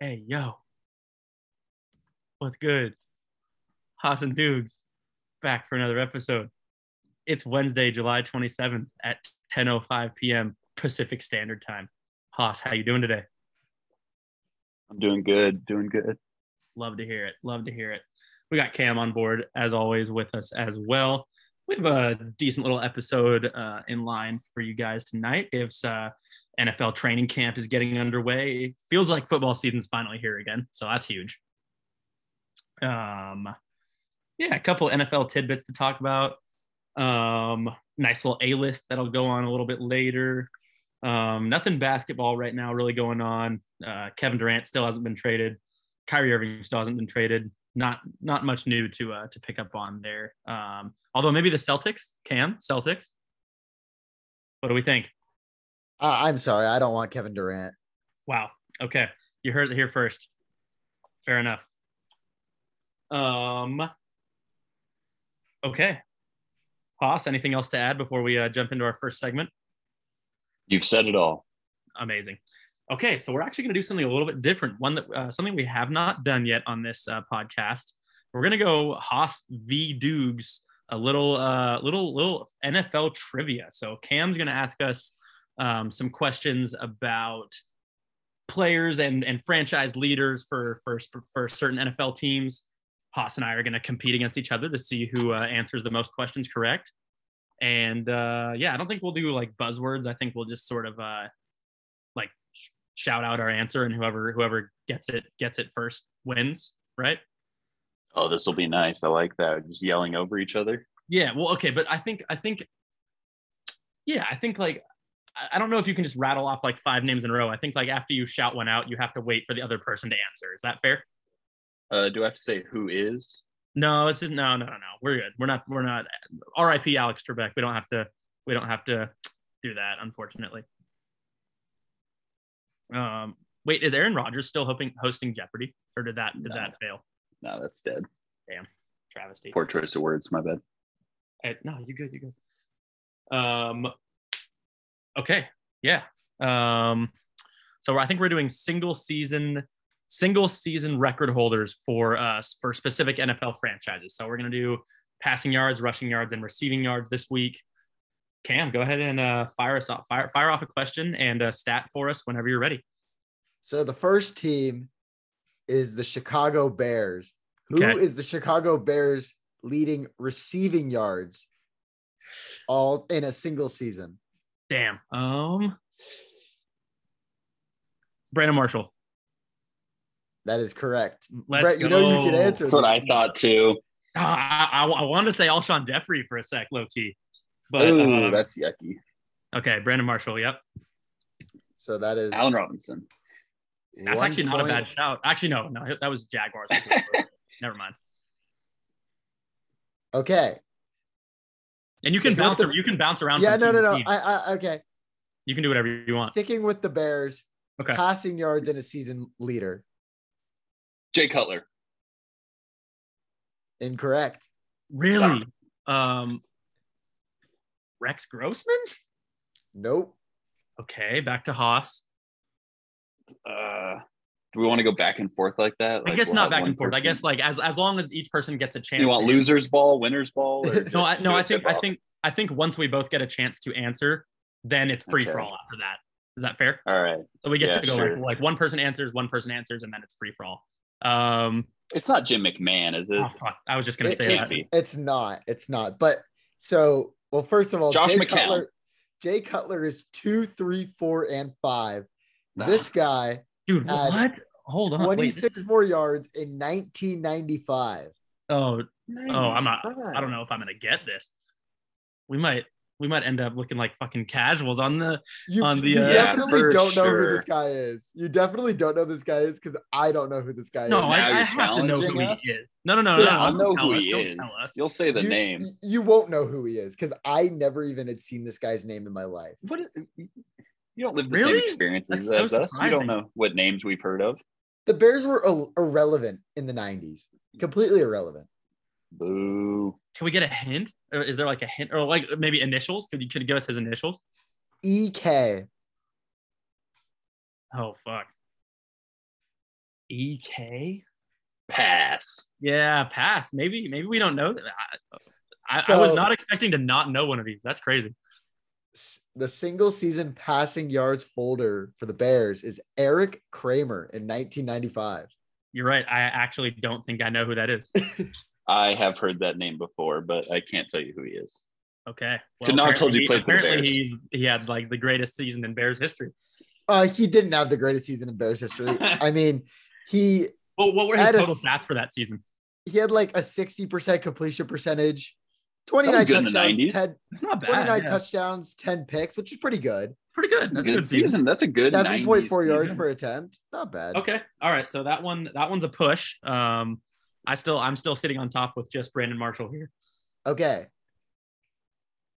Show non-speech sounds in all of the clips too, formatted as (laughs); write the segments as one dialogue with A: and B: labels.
A: Hey, yo. What's good? Haas and Dukes back for another episode. It's Wednesday, July 27th at 10.05 p.m. Pacific Standard Time. Haas, how you doing today?
B: I'm doing good, doing good.
A: Love to hear it. Love to hear it. We got Cam on board, as always, with us as well. We have a decent little episode uh, in line for you guys tonight. It's uh, NFL training camp is getting underway. It feels like football season's finally here again, so that's huge. Um, yeah, a couple NFL tidbits to talk about. Um, nice little A list that'll go on a little bit later. Um, nothing basketball right now really going on. Uh, Kevin Durant still hasn't been traded. Kyrie Irving still hasn't been traded. Not not much new to uh, to pick up on there. Um, although maybe the Celtics, Cam Celtics. What do we think?
C: Uh, I'm sorry, I don't want Kevin Durant.
A: Wow. Okay. You heard it here first. Fair enough. Um. Okay. Haas, anything else to add before we uh, jump into our first segment?
B: You've said it all.
A: Amazing. Okay, so we're actually going to do something a little bit different. One that uh, something we have not done yet on this uh, podcast. We're going to go Haas v Dugs, a little uh, little little NFL trivia. So Cam's going to ask us um, some questions about players and and franchise leaders for for for certain NFL teams. Haas and I are going to compete against each other to see who uh, answers the most questions correct. And uh, yeah, I don't think we'll do like buzzwords. I think we'll just sort of uh, like sh- shout out our answer, and whoever whoever gets it gets it first wins, right?
B: Oh, this will be nice. I like that. Just yelling over each other.
A: Yeah. Well, okay, but I think I think yeah, I think like I- I don't know if you can just rattle off like five names in a row. I think like after you shout one out, you have to wait for the other person to answer. Is that fair?
B: Uh, do I have to say who is?
A: No, it's just, no, no, no, no. We're good. We're not. We're not. R.I.P. Alex Trebek. We don't have to. We don't have to do that, unfortunately. Um, wait, is Aaron Rodgers still hoping hosting Jeopardy, or did that did
B: No.
A: that fail?
B: No, that's dead.
A: Travesty.
B: Poor choice of words. My bad.
A: Uh, no, you good. You good. Um. Okay. Yeah. Um. So I think we're doing single season, single season record holders for us for specific NFL franchises. So we're gonna do passing yards, rushing yards, and receiving yards this week. Cam, go ahead and uh, fire us off. Fire, fire off a question and a stat for us whenever you're ready.
C: So the first team is the Chicago Bears. Who is
A: Okay.
C: the Chicago Bears leading receiving yards all in a single season?
A: Damn. Um. Brandon Marshall.
C: That is correct.
A: Let's
C: Brett, you know you can
A: go.
C: answer.
B: That's what I
C: this.
B: thought too.
A: Ah, I, I, I wanted to say Alshon Jeffrey for a sec, low key, but
B: Ooh,
A: um,
B: that's yucky.
A: Okay, Brandon Marshall. Yep,
C: So that is
B: Allen Robinson.
A: that's
C: one
A: actually not a bad
C: point.
A: shout. Actually, no, no, that was
C: (laughs)
A: Jaguars. Never mind.
C: Okay.
A: And you can
C: Stick with
A: bounce.
C: the-
A: you can bounce around.
C: Yeah,
A: from
C: no,
A: team
C: no,
A: to
C: no.
A: team.
C: I, I okay.
A: you can do whatever you want.
C: Sticking with the Bears,
A: Okay.
C: passing yards in a season leader.
B: Jay Cutler.
C: Incorrect.
A: Really, um, Rex Grossman.
C: Nope.
A: Okay, back to Haas.
B: Uh, do we want to go back and forth like that?
A: I
B: Like,
A: guess
B: we'll
A: not
B: have
A: back
B: one
A: and forth. I
B: person-
A: guess like as as long as each person gets a chance.
B: you want
A: to-
B: losers ball, winners ball? Or
A: (laughs) No, I,
B: just
A: no.
B: do a
A: I think I
B: tip-off?
A: think I think once we both get a chance to answer, then it's free for
B: Okay.
A: all after that. Is that fair?
B: All right.
A: So we get
B: Yeah,
A: to go
B: sure.
A: like, like one person answers, one person answers, and then it's free for all. Um,
B: It's not Jim McMahon, is it?
A: oh, fuck. I was just gonna
C: It-
A: say
C: it's,
A: that.
B: that.
C: it's not. It's not. But so, well, first of all,
B: Josh
C: Jay
B: McCown.
C: Cutler. Jay Cutler is two, three, four, and five. This guy,
A: Dude,
C: Uh,
A: what? Hold on. Wait, this-
C: 26 more yards in 1995.
A: oh,
B: Oh,
A: I'm not- I don't know if I'm gonna get this. We might we might end up looking like fucking casuals on the
C: You,
A: On the,
C: you
A: uh, Yeah,
C: definitely
B: for
C: don't know who
B: sure.
C: this guy is. You definitely don't know this guy is because I don't know who this guy
A: No,
C: is.
A: I,
B: now
A: I
B: you're
A: have to know who
B: challenging us?
A: he is. No, no, no, no,
C: Yeah,
A: no.
B: I'll know
A: don't
B: who
A: tell us,
B: he
A: don't
B: is.
A: tell us.
B: You'll say the
C: you,
B: name.
C: You won't know who he is because I never even had seen this guy's name in my life.
B: What? is- You don't live the
A: Really?
B: same experiences
A: That's
B: as
A: so
B: us. You don't
A: surprising.
B: know what names we've heard of.
C: The Bears were ir- irrelevant in the 90s, completely irrelevant.
B: Boo.
A: Can we get a hint? Or is there like a hint or like maybe initials? Could you could you give us his initials?
C: E EK.
A: Oh fuck. E EK?
B: Pass.
A: Yeah, pass. Maybe maybe we don't know that. I, I, I
C: So-
A: was not expecting to not know one of these. That's crazy.
C: S- The single season passing yards holder for the Bears is Eric Kramer in 1995.
A: You're right. I actually don't think I know who that
C: (laughs)
A: is.
B: I have heard that name before, but I can't tell you who he is.
A: Okay.
B: Could not have told you
A: apparently-
B: played for the
A: Apparently,
B: Bears.
A: he he had like the greatest season in Bears history.
C: Uh, he didn't have the greatest season in
B: (laughs)
C: Bears history. I mean, he
A: Well, what were his
C: That is-
A: total stats for that season?
C: he had like a 60% completion percentage, 29
B: good in the
C: touchdowns,
B: 90s.
C: 10,
A: It's not bad.
C: 29
A: yeah.
C: touchdowns, 10 picks, which is pretty good.
A: Pretty good. That's a
B: good season. That's a good
C: 7.4
B: 90s
C: yards
B: season.
C: per attempt. Not bad.
A: Okay. All right. So that one that one's a push. Um, I still I'm still sitting on top with just Brandon Marshall here.
C: Okay.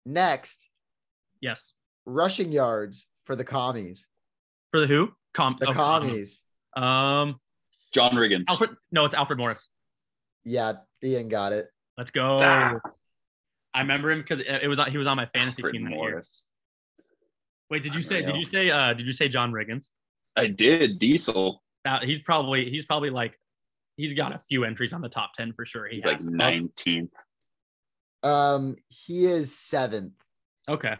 C: Next,
A: Yes.
C: rushing yards for the commies.
A: For the who? Com-
C: The
A: oh,
C: commies.
A: Um,
B: John Riggins.
A: Alfred. No, it's Alfred Morris.
C: Yeah, Ian got it.
A: Let's go.
B: Ah.
A: I remember him because it it was on- he was on my fantasy
B: Alfred
A: team that year.
B: Morris.
A: Wait, did you say? Did
B: Unreal.
A: you say? Uh, did you say John Riggins?
B: I did. Diesel.
A: That he's probably he's probably like he's got a few entries on the top ten for sure. He
B: He's like
A: has.
B: 19.
C: Um, he is seventh.
A: Okay.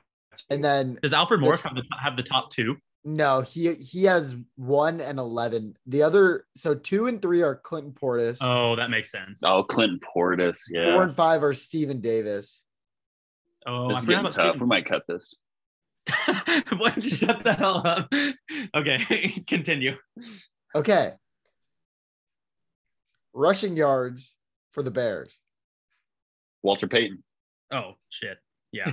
C: And then
A: Does Alfred Morris have the have the top two?
C: no, he he has one and eleven. The other so two and three are Clinton Portis.
A: Oh, that makes sense.
B: Oh, Clinton Portis.
C: Four
B: Yeah.
C: and five are Steven Davis.
A: Oh,
B: this
A: I
B: is
A: forgot
B: getting
A: about
B: tough.
A: Keaton.
B: We might cut this.
A: (laughs) Why don't you shut the hell up? (laughs) Okay, (laughs) continue.
C: Okay. Rushing yards for the Bears.
B: Walter Payton.
A: Oh shit. Yeah.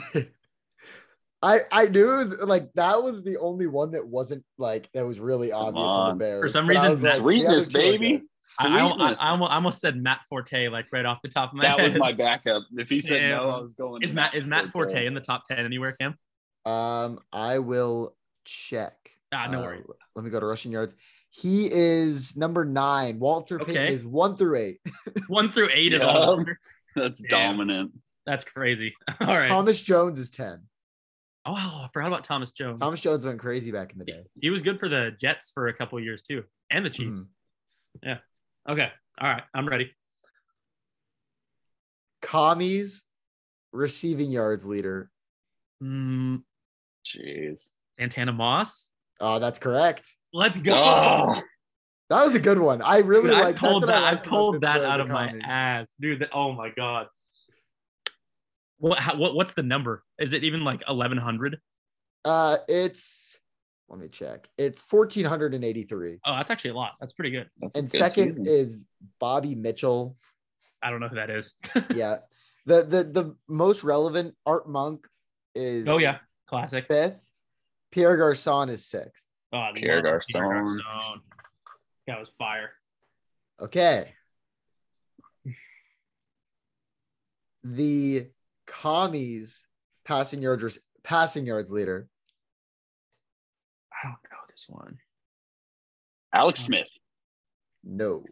C: I I knew it was like that was the only one that wasn't like that was really obvious on
B: on.
C: the Bears.
A: For some
C: but I
A: reason,
C: was like, the
B: Sweetness,
C: other two are
B: baby.
C: good.
A: I, I, I,
B: Sweetness.
A: I almo- I almost said Matt Forte like right off the top of my
B: that
A: head.
B: was my backup. If he said
A: Yeah.
B: no, I was going.
A: (laughs) Is
B: to
A: Matt is Matt Forte in the top ten anywhere, Cam?
C: Um, I will check.
A: Ah, no
C: Uh,
A: worries.
C: Let me go to rushing yards. He is number nine. Walter Payton
A: Okay.
C: is one through eight.
A: One through eight is
B: Yeah.
A: all. over.
B: That's
A: Damn.
B: dominant.
A: That's crazy. (laughs) All right.
C: Thomas Jones is ten.
A: oh, I forgot about Thomas Jones.
C: Thomas Jones went crazy back in the day.
A: He was good for the Jets for a couple of years too, and the Chiefs.
C: Mhm.
A: Okay. All right. I'm ready.
C: Commies receiving yards leader.
A: Mm,
B: Jeez.
A: Santana Moss.
C: Oh, that's correct.
A: Let's go.
B: Oh,
C: That was a good one. I
A: (laughs)
C: really
A: Dude, I
C: like
A: pulled that. I,
C: liked about the-
A: pulled that
C: the-
A: out
C: the
A: of my
C: commies.
A: ass, dude. That, oh my god. What, how, what? What's the number? Is it even like eleven hundred?
C: Uh, it's let me check. It's fourteen hundred and eighty-three.
A: Oh, that's actually a lot. That's pretty good.
B: that's a
C: And
B: good
C: second
B: season.
C: is Bobby
A: (laughs)
C: Mitchell.
A: I don't know who that is.
C: yeah, the the the most relevant Art Monk is.
A: oh yeah, classic. Oh,
C: fifth. Pierre Garcon is sixth.
A: I love
B: Pierre Garçon.
A: Garçon. That was fire.
C: Okay. The commies passing yards passing yards leader.
A: I don't know this one.
B: Alex Smith. (laughs)
C: No.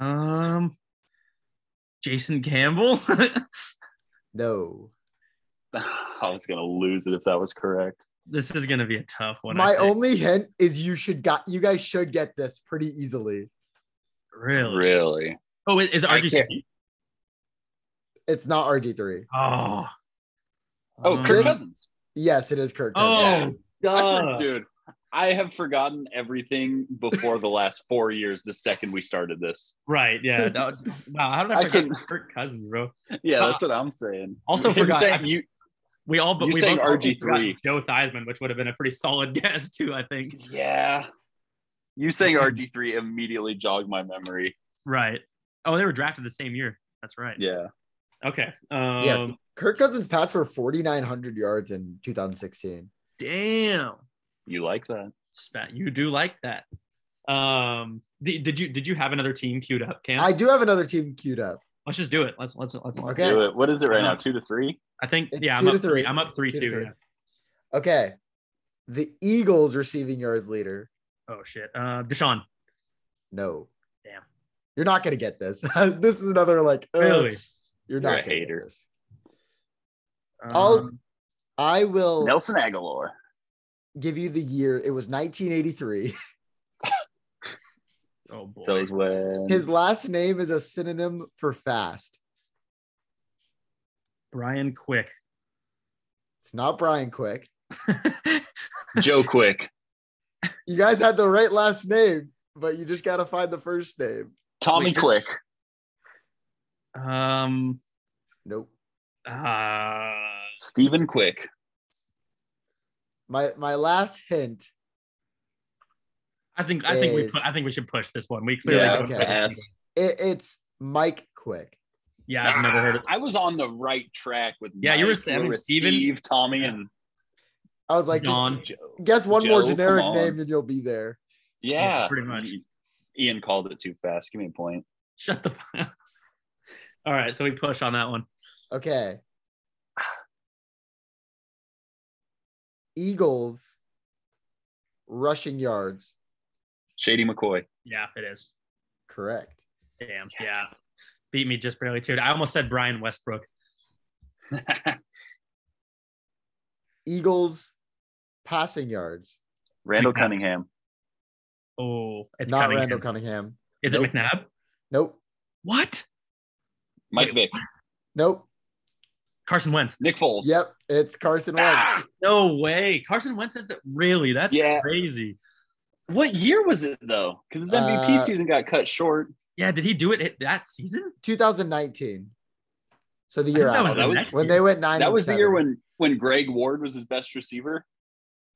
A: Um, Jason Campbell. (laughs)
C: No.
B: I was gonna lose it if that was correct.
A: this is gonna be a tough one. I
C: My
A: think.
C: only hint is you should got you guys should get this pretty easily.
A: really.
B: Really?
A: Oh, is, is
B: I
A: RG?
C: It's not RG3.
A: Oh.
B: Oh,
A: Um,
B: Kirk
C: This-
B: Cousins.
C: Yes, it is Kirk. Cousins.
A: Oh,
B: I
A: duh.
B: for- dude, I have forgotten everything before the last four years. The second we started this,
A: Right. Yeah.
B: (laughs)
A: that would- wow. How did I,
B: I
A: forget
B: couldn't-
A: Kirk Cousins, bro?
B: yeah, that's what I'm saying.
A: Also
B: Him
A: forgot-
B: saying you.
A: We all, but
B: You
A: we
B: saying
A: both also
B: RG3.
A: forgot Joe Theismann, which would have been a pretty solid (laughs) guess too. I think.
B: Yeah, you saying RG three immediately jogged my memory.
A: Right. Oh, they were drafted the same year. That's right.
B: Yeah,
A: Okay. Um,
C: Kirk Cousins passed for 4,900 yards in 2016.
A: Damn.
B: you like that?
A: Spat, you do like that. Um. Did, did you did you have another team queued up, Cam?
C: I do have another team queued up.
A: let's just do it. Let's let's let's. let's
C: Okay.
B: Do it. What is it right
A: Uh-huh.
B: now? Two to three.
A: I think
C: It's
A: yeah.
C: two
A: I'm
C: to
A: up three.
C: three.
A: I'm up three
C: Two
A: two.
C: to three.
A: yeah.
C: Okay. The Eagles receiving yards leader.
A: Oh shit. Uh, Deshaun.
C: No.
A: Damn.
C: You're not gonna get this. (laughs) this is another like ugh,
A: Really?
C: You're
B: You're a
C: not gonna
B: hater.
C: Get this. I'll-
A: Um,
C: I will
B: Nelson Aguilar.
C: give you the year. It was 1983.
A: oh boy.
B: So is when
C: His last name is a synonym for fast.
A: Brian Quick.
C: It's not Brian Quick.
B: Joe Quick,
C: You guys had the right last name, but you just gotta find the first name.
B: Tommy
A: Wait,
B: Quick,
A: um.
C: Nope.
A: Uh,
B: Stephen Quick,
C: My my last hint.
A: I think I think we
C: Is-
A: put, I think we should push this one. We clearly
C: Yeah,
A: don't
C: okay.
A: put this one.
B: Yes.
C: It, it's Mike Quick.
A: Yeah, I've never heard of.
B: I was on the right track with
A: Yeah, you were
B: Mike, there
A: saying
B: was
A: Steven.
B: Steve, Tommy, and
C: I was like,
A: John.
C: just
B: Joe.
C: guess one more
B: Joe, come
C: generic
B: on.
C: name and you'll be there.
B: Yeah,
A: Yeah, pretty much.
B: Ian called it too fast. Give me a point.
A: (laughs) Shut the. fuck up. (laughs) All right, so we push on that one.
C: Okay. Eagles rushing yards.
B: Shady McCoy.
A: Yeah, it is.
C: Correct.
A: Damn.
B: Yes.
A: Yeah, beat me just barely too. I almost said Brian Westbrook.
C: Eagles passing yards.
B: (laughs) Randall
A: McNabb.
B: Cunningham.
A: Oh, it's
C: not
A: Cunningham.
C: Randall Cunningham.
A: Is
C: Nope.
A: it McNabb?
C: Nope.
A: What?
B: Mike Vick.
C: Nope.
A: Carson Wentz.
B: Nick Foles.
C: Yep. It's Carson Wentz.
B: Ah!
A: No way. Carson Wentz has that. Really? That's
B: Yeah.
A: crazy.
B: What year was it though? Because his MVP
C: Uh,
B: season got cut short.
A: Yeah. Did he do it at- that season?
C: 2019. So the
A: I
C: year
A: think that
C: after.
A: was the
B: That was-
A: next
C: when
A: year.
C: they went nine.
B: That
C: and
B: was the year
C: seven.
B: when when Greg Ward was his best receiver.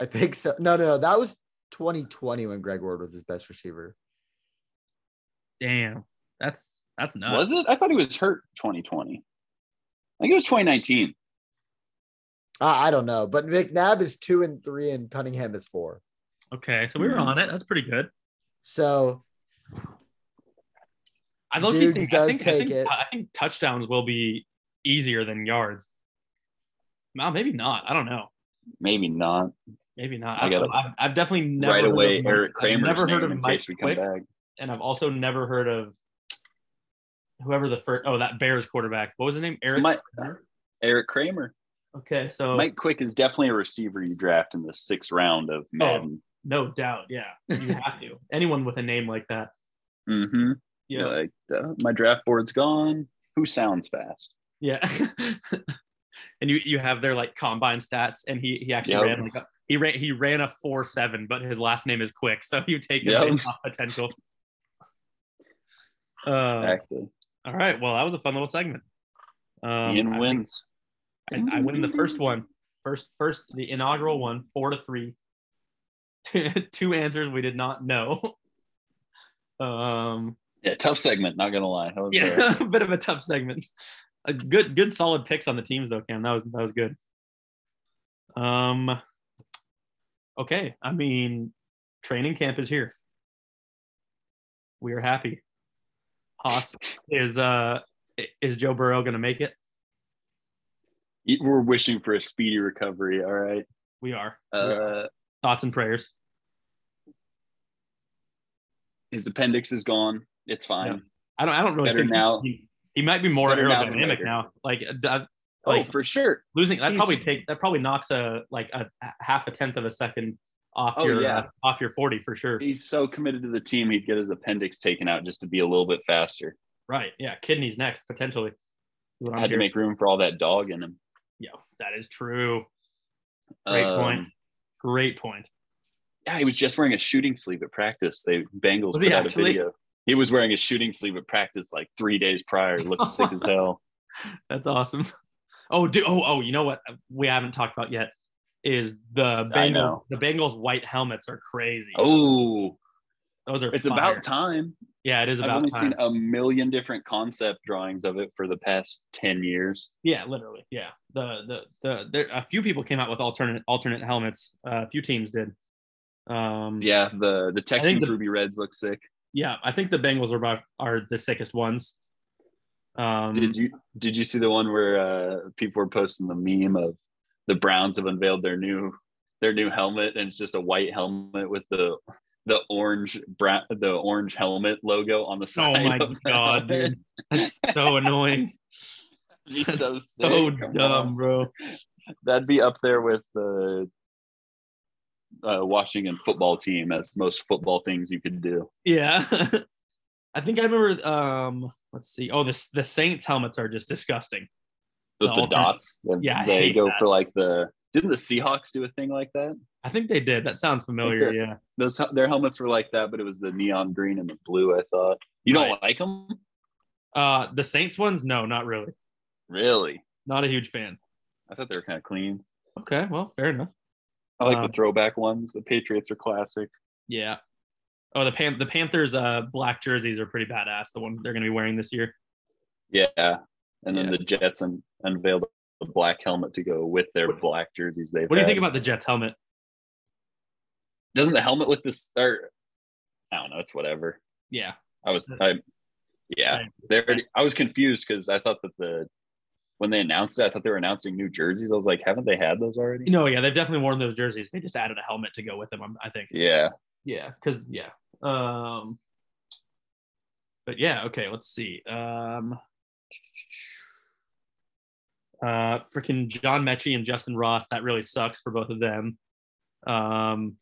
C: I think so. No, no, no. That was 2020 when Greg Ward was his best receiver.
A: Damn. That's that's nuts.
B: Was it? I thought he was hurt 2020. I think it was 2019.
C: I, I don't know, but McNabb is two and three, and Cunningham is four.
A: Okay, so we were
B: Mhm.
A: on it. That's pretty good.
C: So
A: I low
C: Dukes
A: think, I
C: does
A: think, I,
C: take
A: think
C: it.
A: I think touchdowns will be easier than yards. No, maybe not. I don't know.
B: Maybe not.
A: Maybe not.
B: I
A: I
B: gotta-
A: have I've definitely never
B: right
A: heard of
B: away,
A: Mike-
B: Eric
A: I've
B: Kramer's
A: never heard
B: name
A: of
B: in
A: Mike
B: case we come
A: Quick,
B: back.
A: and I've also never heard of whoever the first. Oh, that Bears quarterback. What was his name? Eric.
B: Mike-
A: Kramer?
B: Eric Kramer.
A: okay, so
B: Mike Quick is definitely a receiver you draft in the sixth round
A: Oh.
B: of Madden.
A: no doubt, yeah,
B: (laughs)
A: you have to. Anyone with a name like that,
B: Mm-hmm.
A: yeah,
B: Like uh, my draft board's gone. Who sounds fast?
A: Yeah. (laughs) and you you have their like combine stats, and he he actually
B: Yep.
A: ran like a, he ran he ran a four seven, but his last name is Quick, so you take him
B: Yep.
A: based off potential. Uh,
B: Exactly.
A: all right. Well, that was a fun little segment. Um,
B: Ian
A: I
B: wins.
A: think I, I win the first one, first first the inaugural one, four to three. (laughs) Two answers we did not know. (laughs) Um,
B: Yeah, tough segment. Not gonna lie. That was, uh,
A: yeah, (laughs) a bit of a tough segment. A good, good, solid picks on the teams though, Cam. That was that was good. Um, okay. I mean, training camp is here. We are happy. Haas is uh i- is Joe Burrow gonna make it?
B: we're wishing for a speedy recovery. All right.
A: We are.
B: Uh,
A: Thoughts and prayers.
B: his appendix is gone. It's fine.
A: I don't. I don't really
B: Better
A: think he-
B: now-
A: He, he might be more
B: Better now than
A: aerodynamic
B: later.
A: now. Like, uh, d- uh,
B: Oh,
A: like
B: for sure.
A: losing that
B: He's-
A: probably take that probably knocks a like a h- half a tenth of a second off
B: Oh,
A: your
B: yeah.
A: uh, off your 40 for sure
B: He's so committed to the team, he'd get his appendix taken out just to be a little bit faster.
A: right yeah kidneys next potentially is what I'm
B: had to
A: hearing.
B: make room for all that dog in him.
A: yeah that is true great
B: Um,
A: point great point
B: Yeah, he was just wearing a shooting sleeve at practice. They Bengals
A: Was
B: put
A: he
B: out
A: actually?
B: a video. He was wearing a shooting sleeve at practice like three days prior. He looked
A: (laughs)
B: sick as hell.
A: that's awesome (laughs) oh do oh oh you know what we haven't talked about yet is the
B: I
A: Bengals
B: know.
A: the Bengals white helmets are crazy
B: Oh,
A: those are
B: it's
A: fire.
B: about time.
A: yeah it is
B: I've
A: about
B: only
A: time
B: seen a million different concept drawings of it for the past ten years.
A: Yeah, literally. Yeah. The the the there a few people came out with alternate alternate helmets. Uh, a few teams did. Um
B: Yeah, the the Texans
A: the-
B: Ruby Reds look sick.
A: yeah, I think the Bengals are by, are the sickest ones. Um
B: Did you did you see the one where uh, people were posting the meme of the Browns have unveiled their new their new helmet and it's just a white helmet with the the orange brown, the orange helmet logo on the
A: Oh
B: side.
A: my
B: of the
A: god,
B: helmet.
A: dude. That's so
B: (laughs)
A: annoying.
B: Be
A: That's
B: so,
A: so,
B: sick. Come
A: dumb,
B: on.
A: bro.
B: That'd be up there with the uh, Washington football team as most football things you could do.
A: Yeah. (laughs) I think I remember um let's see. Oh, this the Saints helmets are just disgusting.
B: With
A: The
B: the,
A: alternate-
B: dots, they-
A: Yeah, I
B: they
A: hate
B: go
A: that.
B: for like the. Didn't the Seahawks do a thing like that?
A: I think they did. That sounds familiar.
B: (laughs) Okay.
A: Yeah.
B: Those their helmets were like that, but it was the neon green and the blue. I thought you don't
A: Right.
B: like them,
A: Uh the Saints ones? No, not really.
B: really.
A: Not a huge fan.
B: I thought they were kind of clean.
A: Okay, well, fair enough.
B: I like
A: Um,
B: the throwback ones. The Patriots are classic.
A: Yeah. Oh, the Pan- the Panthers uh black jerseys are pretty badass. The ones they're going to be wearing this year.
B: Yeah, and then
A: Yeah.
B: the Jets un- unveiled the black helmet to go with their black jerseys. They.
A: What do you think about the Jets helmet?
B: Doesn't the helmet with this? Or I don't know. It's whatever.
A: Yeah.
B: I was. I, yeah, they already. I was confused because I thought that the when they announced it, I thought they were announcing new jerseys. I was like, haven't they had those already?
A: No, yeah, they've definitely worn those jerseys. They just added a helmet to go with them, I'm- I think.
B: Yeah.
A: Yeah, because yeah. Um but yeah, okay, let's see. Um uh freaking John Mechie and Justin Ross, that really sucks for both of them. Um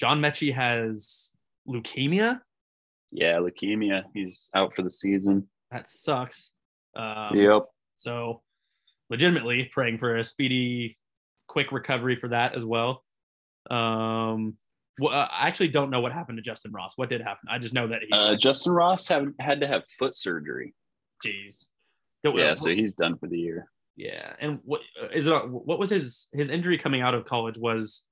A: John Mechie has leukemia.
B: Yeah, leukemia. He's out for the season.
A: That sucks. Um
B: yep.
A: so legitimately praying for a speedy quick recovery for that as well. Um well, I actually don't know what happened to Justin Ross. What did happen? I just know that he
B: Uh, Justin Ross have, had to have foot surgery.
A: Jeez. Don't-
B: Yeah, so he's done for the year.
A: uh, yeah. And what uh, is it? What was his his injury coming out of college? Was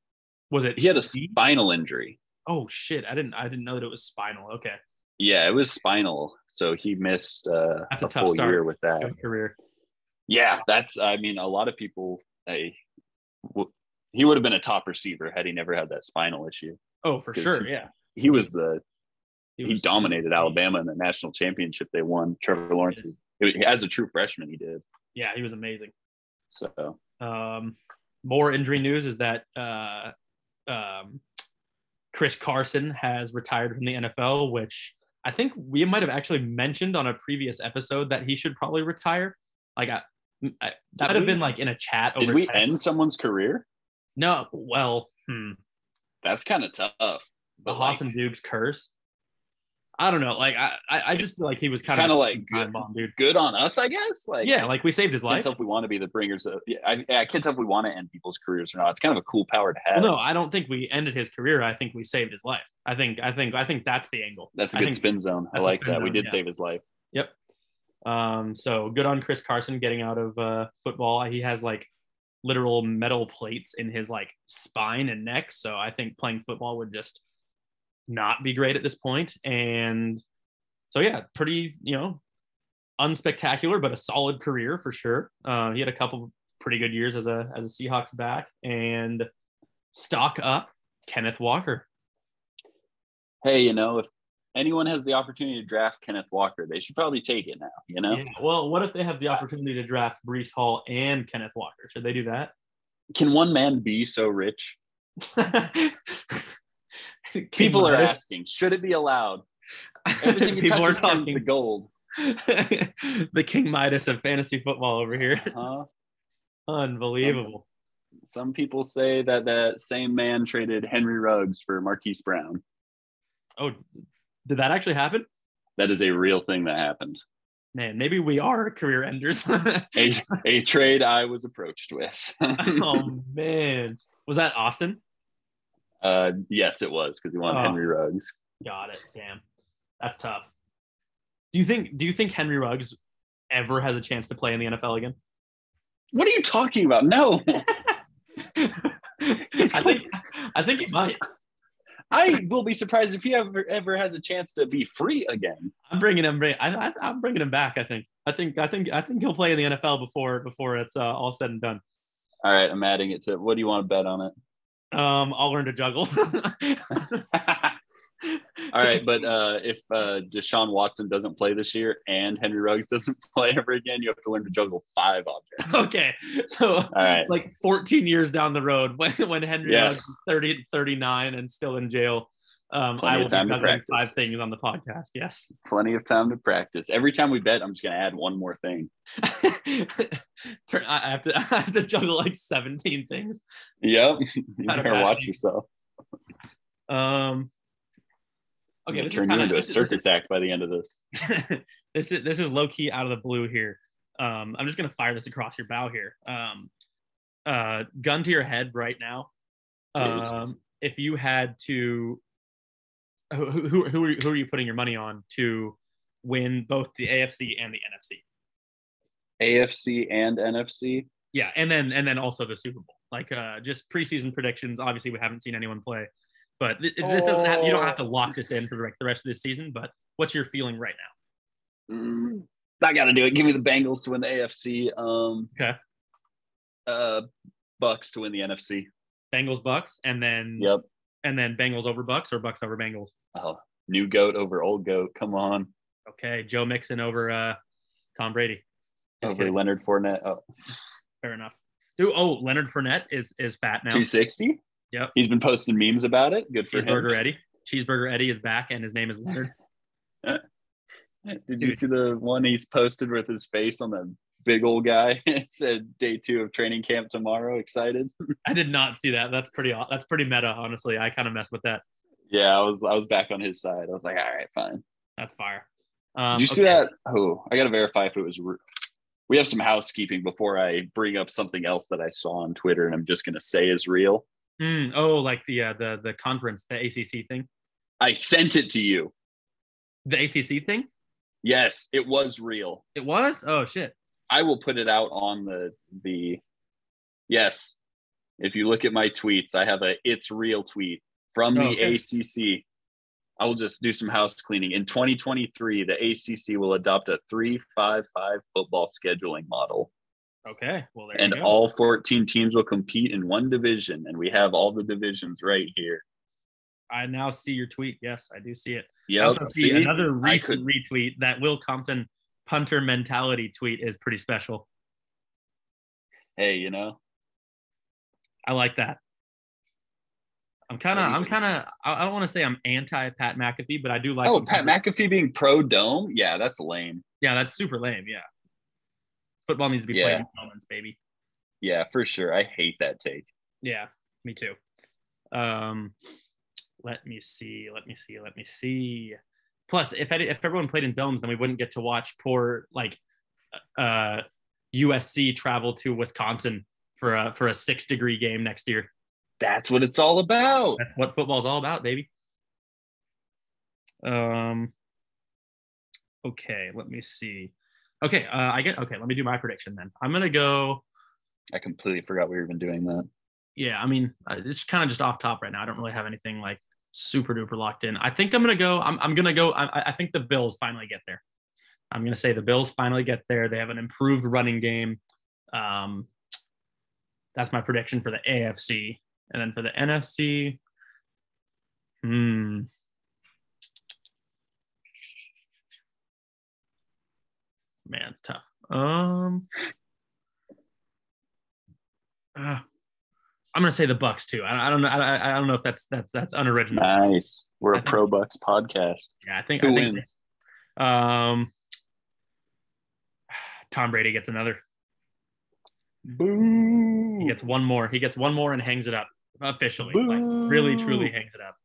A: was it?
B: He had a spinal injury.
A: Oh shit! I didn't I didn't know that it was spinal. Okay,
B: Yeah, it was spinal. So he missed uh,
A: That's a
B: a
A: tough
B: full
A: start.
B: year with that.
A: Good career.
B: Yeah, that's. I mean, a lot of people. They, w- he would have been a top receiver had he never had that spinal issue.
A: Oh, for
B: Good
A: sure.
B: season.
A: Yeah,
B: He was the. He,
A: was-
B: dominated Alabama in the national championship they won. Trevor Lawrence, it- as a true freshman, he did.
A: Yeah, he was amazing.
B: So
A: Um, more injury news is that uh, um, Chris Carson has retired from the NFL, which I think we might have actually mentioned on a previous episode that he should probably retire. Like, I, I, that would have
B: we-
A: been like in a chat.
B: did
A: over
B: we
A: text.
B: end someone's career?
A: No, well, hmm,
B: That's kind of tough.
A: the
B: But
A: Hoss
B: like,
A: and Dukes curse. I don't know. Like, I, I, I just feel like he was
B: It's
A: kind of
B: kinda like
A: time
B: good-
A: bomb, dude.
B: good on us, I guess. Like
A: yeah, like we saved his
B: can't
A: life.
B: tell if we want to be the bringers of. Yeah, I, I can't tell if we want to end people's careers or not. It's kind of a cool power to have.
A: Well, no, I don't think we ended his career. I think we saved his life. I think, I think, I think that's the angle.
B: That's a
A: I
B: good
A: think-
B: spin zone. I
A: that's a
B: like
A: spin
B: that. we
A: zone,
B: did
A: yeah.
B: save his life.
A: Um, so good on Chris Carson getting out of uh, football. He has like literal metal plates in his like spine and neck. So I think playing football would just not be great at this point. And so yeah, pretty you know unspectacular, but a solid career for sure. Uh, he had a couple pretty good years as a as a Seahawks back and stock up Kenneth Walker.
B: Hey, you know, if anyone has the opportunity to draft Kenneth Walker, they should probably take it now. You know,
A: Yeah, Well, what if they have the opportunity to draft Brees Hall and Kenneth Walker? Should they do that?
B: can one man be so rich?
A: (laughs) King
B: People are
A: Midas.
B: asking, should it be allowed? Everything
A: (laughs)
B: he
A: People are
B: touches turns to
A: talking.
B: gold.
A: the King Midas of fantasy football over here. (laughs)
B: Huh?
A: Unbelievable.
B: Uh-huh. Some people say that that same man traded Henry Ruggs for Marquise Brown.
A: Oh, did that actually happen?
B: That is a real thing that happened.
A: Man, maybe we are career enders. (laughs)
B: A, a trade I was approached with. (laughs)
A: oh man, was that Austin?
B: Uh, yes, it was because he wanted
A: Oh.
B: Henry Ruggs.
A: Got it. Damn, that's tough. Do you think? Do you think Henry Ruggs ever has a chance to play in the NFL again? (laughs)
B: What are you talking about? No,
A: I think. I think he might.
B: I will be surprised if he ever ever has a chance to be free again.
A: I'm bringing him. I, I, I'm bringing him back. I think. I think. I think. I think he'll play in the NFL before before it's uh, all said and done.
B: All right, I'm adding it (laughs) to. What do you want to bet on
A: Um, I'll learn to juggle. (laughs)
B: it? All right, but uh, if uh, Deshaun Watson doesn't play this year and Henry Ruggs doesn't (laughs) play ever again, you have to learn to juggle five objects.
A: okay. So,
B: All right,
A: like (laughs) 14 years down the road, when when Henry
B: Yes.
A: was 30 39 and still in jail, Um,
B: Plenty
A: I
B: of
A: will be
B: time to
A: covering five
B: practice.
A: things on the podcast. Yes. (laughs)
B: Plenty of time to practice. Every time we bet, I'm just gonna add one more thing.
A: Turn, I I have to (laughs) I have to juggle like 17 things.
B: Yep. (laughs) You
A: Not a
B: better
A: bad
B: watch
A: thing.
B: yourself.
A: Um
B: Okay,
A: okay, this is
B: turn you
A: kinda-
B: into a
A: this is-
B: circus act by the end of this.
A: (laughs) this is this is low key out of the blue here. Um, I'm just gonna fire this across your bow here. Um, uh, gun to your head right now.
B: Yes.
A: Um, if you had to, who who who- who are, you- who are you putting your money on to win both the AFC and the NFC?
B: AFC and NFC.
A: Yeah, and then and then also the Super Bowl. Like uh, just preseason predictions. Obviously, we haven't seen anyone play, but th- this doesn't have. You don't have to lock this in for like the rest of this season. But what's your feeling right now?
B: Mm, I gotta do it. Give me the Bengals to win the AFC. Um,
A: Okay.
B: Uh, Bucks to win the NFC.
A: Bengals Bucks, and then
B: Yep.
A: and then Bengals over Bucks or Bucks over Bengals.
B: Oh, new goat over old goat. Come on.
A: Okay, Joe Mixon over uh, Tom Brady. Just
B: over
A: kidding.
B: Leonard Fournette. Oh,
A: Fair enough. Dude, oh, Leonard Fournette is is fat now.
B: 260.
A: Yep.
B: He's been posting memes about it. Good for him.
A: Cheeseburger Eddie. Cheeseburger Eddie is back, and his name is Leonard.
B: (laughs) Did you see the one he's posted with his face on the big old guy? (laughs) it said day two of training camp tomorrow. Excited.
A: I did not see that. That's pretty. aw- That's pretty meta, honestly. I kind of mess with that.
B: Yeah, I was I was back on his side. I was like, all right, fine.
A: That's fire. Um,
B: Did you see
A: okay.
B: that? Oh, I gotta verify if it was. Ru- We have some housekeeping before I bring up something else that I saw on Twitter, and I'm just gonna say is real.
A: Mm, oh, like the uh, the the conference, the ACC thing,
B: I sent it to you.
A: the ACC thing.
B: Yes, it was real.
A: It was. Oh shit.
B: I will put it out on the the. Yes, if you look at my tweets, I have a it's real tweet from the
A: Oh, okay.
B: ACC. I will just do some house cleaning. In 2023, the ACC will adopt a 3-5-5 football scheduling model.
A: Okay. Well, there
B: and
A: you go.
B: all 14 teams will compete in one division and we have all the divisions right here
A: I now see your tweet. Yes, I do see it. I
B: yeah
A: also see another recent
B: could-
A: retweet that Will Compton punter mentality tweet is pretty special.
B: hey you know
A: I like that. I'm kind of, I'm kind of, I I don't want to say I'm anti Pat McAfee, but I do like.
B: oh
A: him.
B: pat mcafee being pro dome yeah that's lame
A: Yeah, that's super lame. Yeah, football needs to be
B: Yeah.
A: played in moments, baby.
B: yeah for sure i hate that take
A: Yeah, me too. Um, let me see. Let me see. Let me see. Plus, if any- if everyone played in domes, then we wouldn't get to watch poor like uh, USC travel to Wisconsin for a for a six degree game next year.
B: that's what it's all about
A: That's what football's all about, baby. Um. Okay, let me see. Okay, uh, I get. Okay, let me do my prediction then. I'm gonna go.
B: i completely forgot we were even doing that
A: yeah, I mean, uh, it's kind of just off top right now. I don't really have anything like super duper locked in. I think I'm gonna go. I'm, I'm gonna go. I, I- I think the Bills finally get there. I'm gonna say the Bills finally get there. They have an improved running game. Um, that's my prediction for the AFC, and then for the NFC. Hmm. Man, it's tough. Um. ah. I'm gonna say the Bucks too. I, I don't know. I, I- I don't know if that's that's that's unoriginal.
B: nice we're
A: Hmm. I
B: a
A: think-
B: pro bucks podcast
A: Yeah, I think.
B: who
A: I think
B: wins
A: Um, Tom Brady gets another.
B: boo
A: He gets one more. He gets one more and hangs it up officially. Like really, truly hangs it up.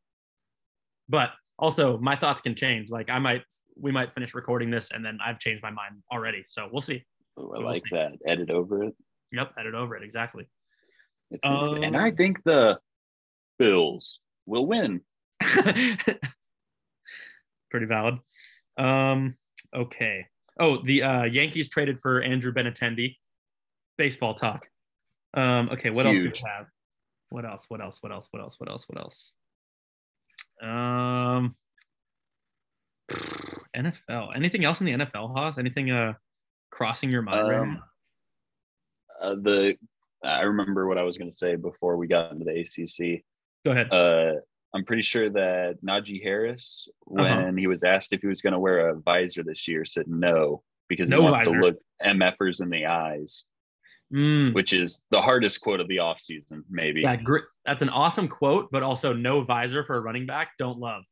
A: But also, my thoughts can change. Like I might, we might finish recording this and then I've changed my mind already. So we'll see.
B: Ooh, i
A: We'll
B: like
A: see.
B: that edit over it
A: Yep, edit over it exactly.
B: It's insane. and
A: Um,
B: I think the Bills will win.
A: (laughs) Pretty valid. Um, okay. Oh, the uh, Yankees traded for Andrew Benatendi. Baseball talk. Um, okay, what else
B: Huge.
A: do we have? What else? What else? What else? What else? What else? What else? Um, NFL. Anything else in the NFL, Haas? Anything uh crossing your mind right
B: Um,
A: now?
B: Uh, the I remember what I was going to say before we got into the ACC.
A: Go ahead.
B: Uh, I'm pretty sure that Najee Harris, when
A: Uh-huh.
B: he was asked if he was going to wear a visor this year, said no because he
A: No
B: wants
A: visor.
B: to look mfers in the eyes.
A: Mm,
B: which is the hardest quote of the offseason, maybe.
A: yeah, gr- that's an awesome quote, but also no visor for a running back. Don't love.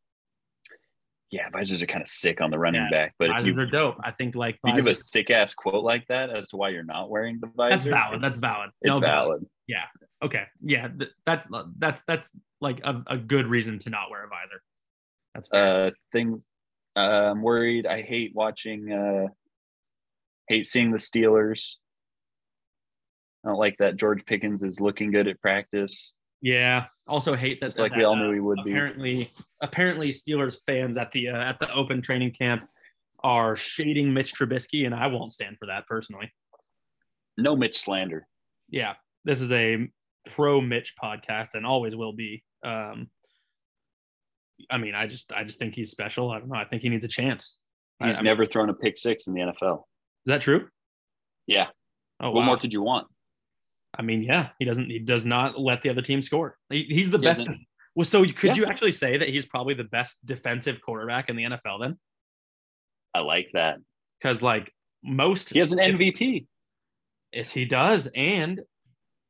B: Yeah, visors are kind of sick on the running
A: Yeah,
B: back, but if
A: Visors
B: you,
A: are dope. I think like
B: if you give a
A: visors-
B: sick ass quote like that as to why you're not wearing the visor,
A: that's valid. That's
B: it's-
A: valid.
B: It's
A: No,
B: valid.
A: Okay, yeah, th- that's that's that's like a, a good reason to not wear a visor. That's fair.
B: Uh, things uh, I'm worried. I hate watching. Uh, hate seeing the Steelers. I don't like that George Pickens is looking good at practice.
A: Yeah. Also hate that. uh,
B: Just like we all knew he would be.
A: apparently, be. Apparently, Steelers fans at the uh, at the open training camp are shading Mitch Trubisky, and I won't stand for that personally.
B: No Mitch slander.
A: Yeah, this is a pro Mitch podcast, and always will be. Um, I mean, I just I just think he's special. I don't know. I think he needs a chance. I-
B: He's
A: I mean,
B: never thrown a pick six in the NFL.
A: is that true?
B: Yeah.
A: Oh,
B: What
A: wow.
B: more could you want?
A: I mean, yeah, he doesn't. He does not let the other team score. He, he's the
B: He
A: best.
B: doesn't-
A: (laughs) Well, so you- could
B: Yeah.
A: you actually say that he's probably the best defensive quarterback in the NFL then?
B: I like that.
A: because like most
B: He has an MVP.
A: if he does and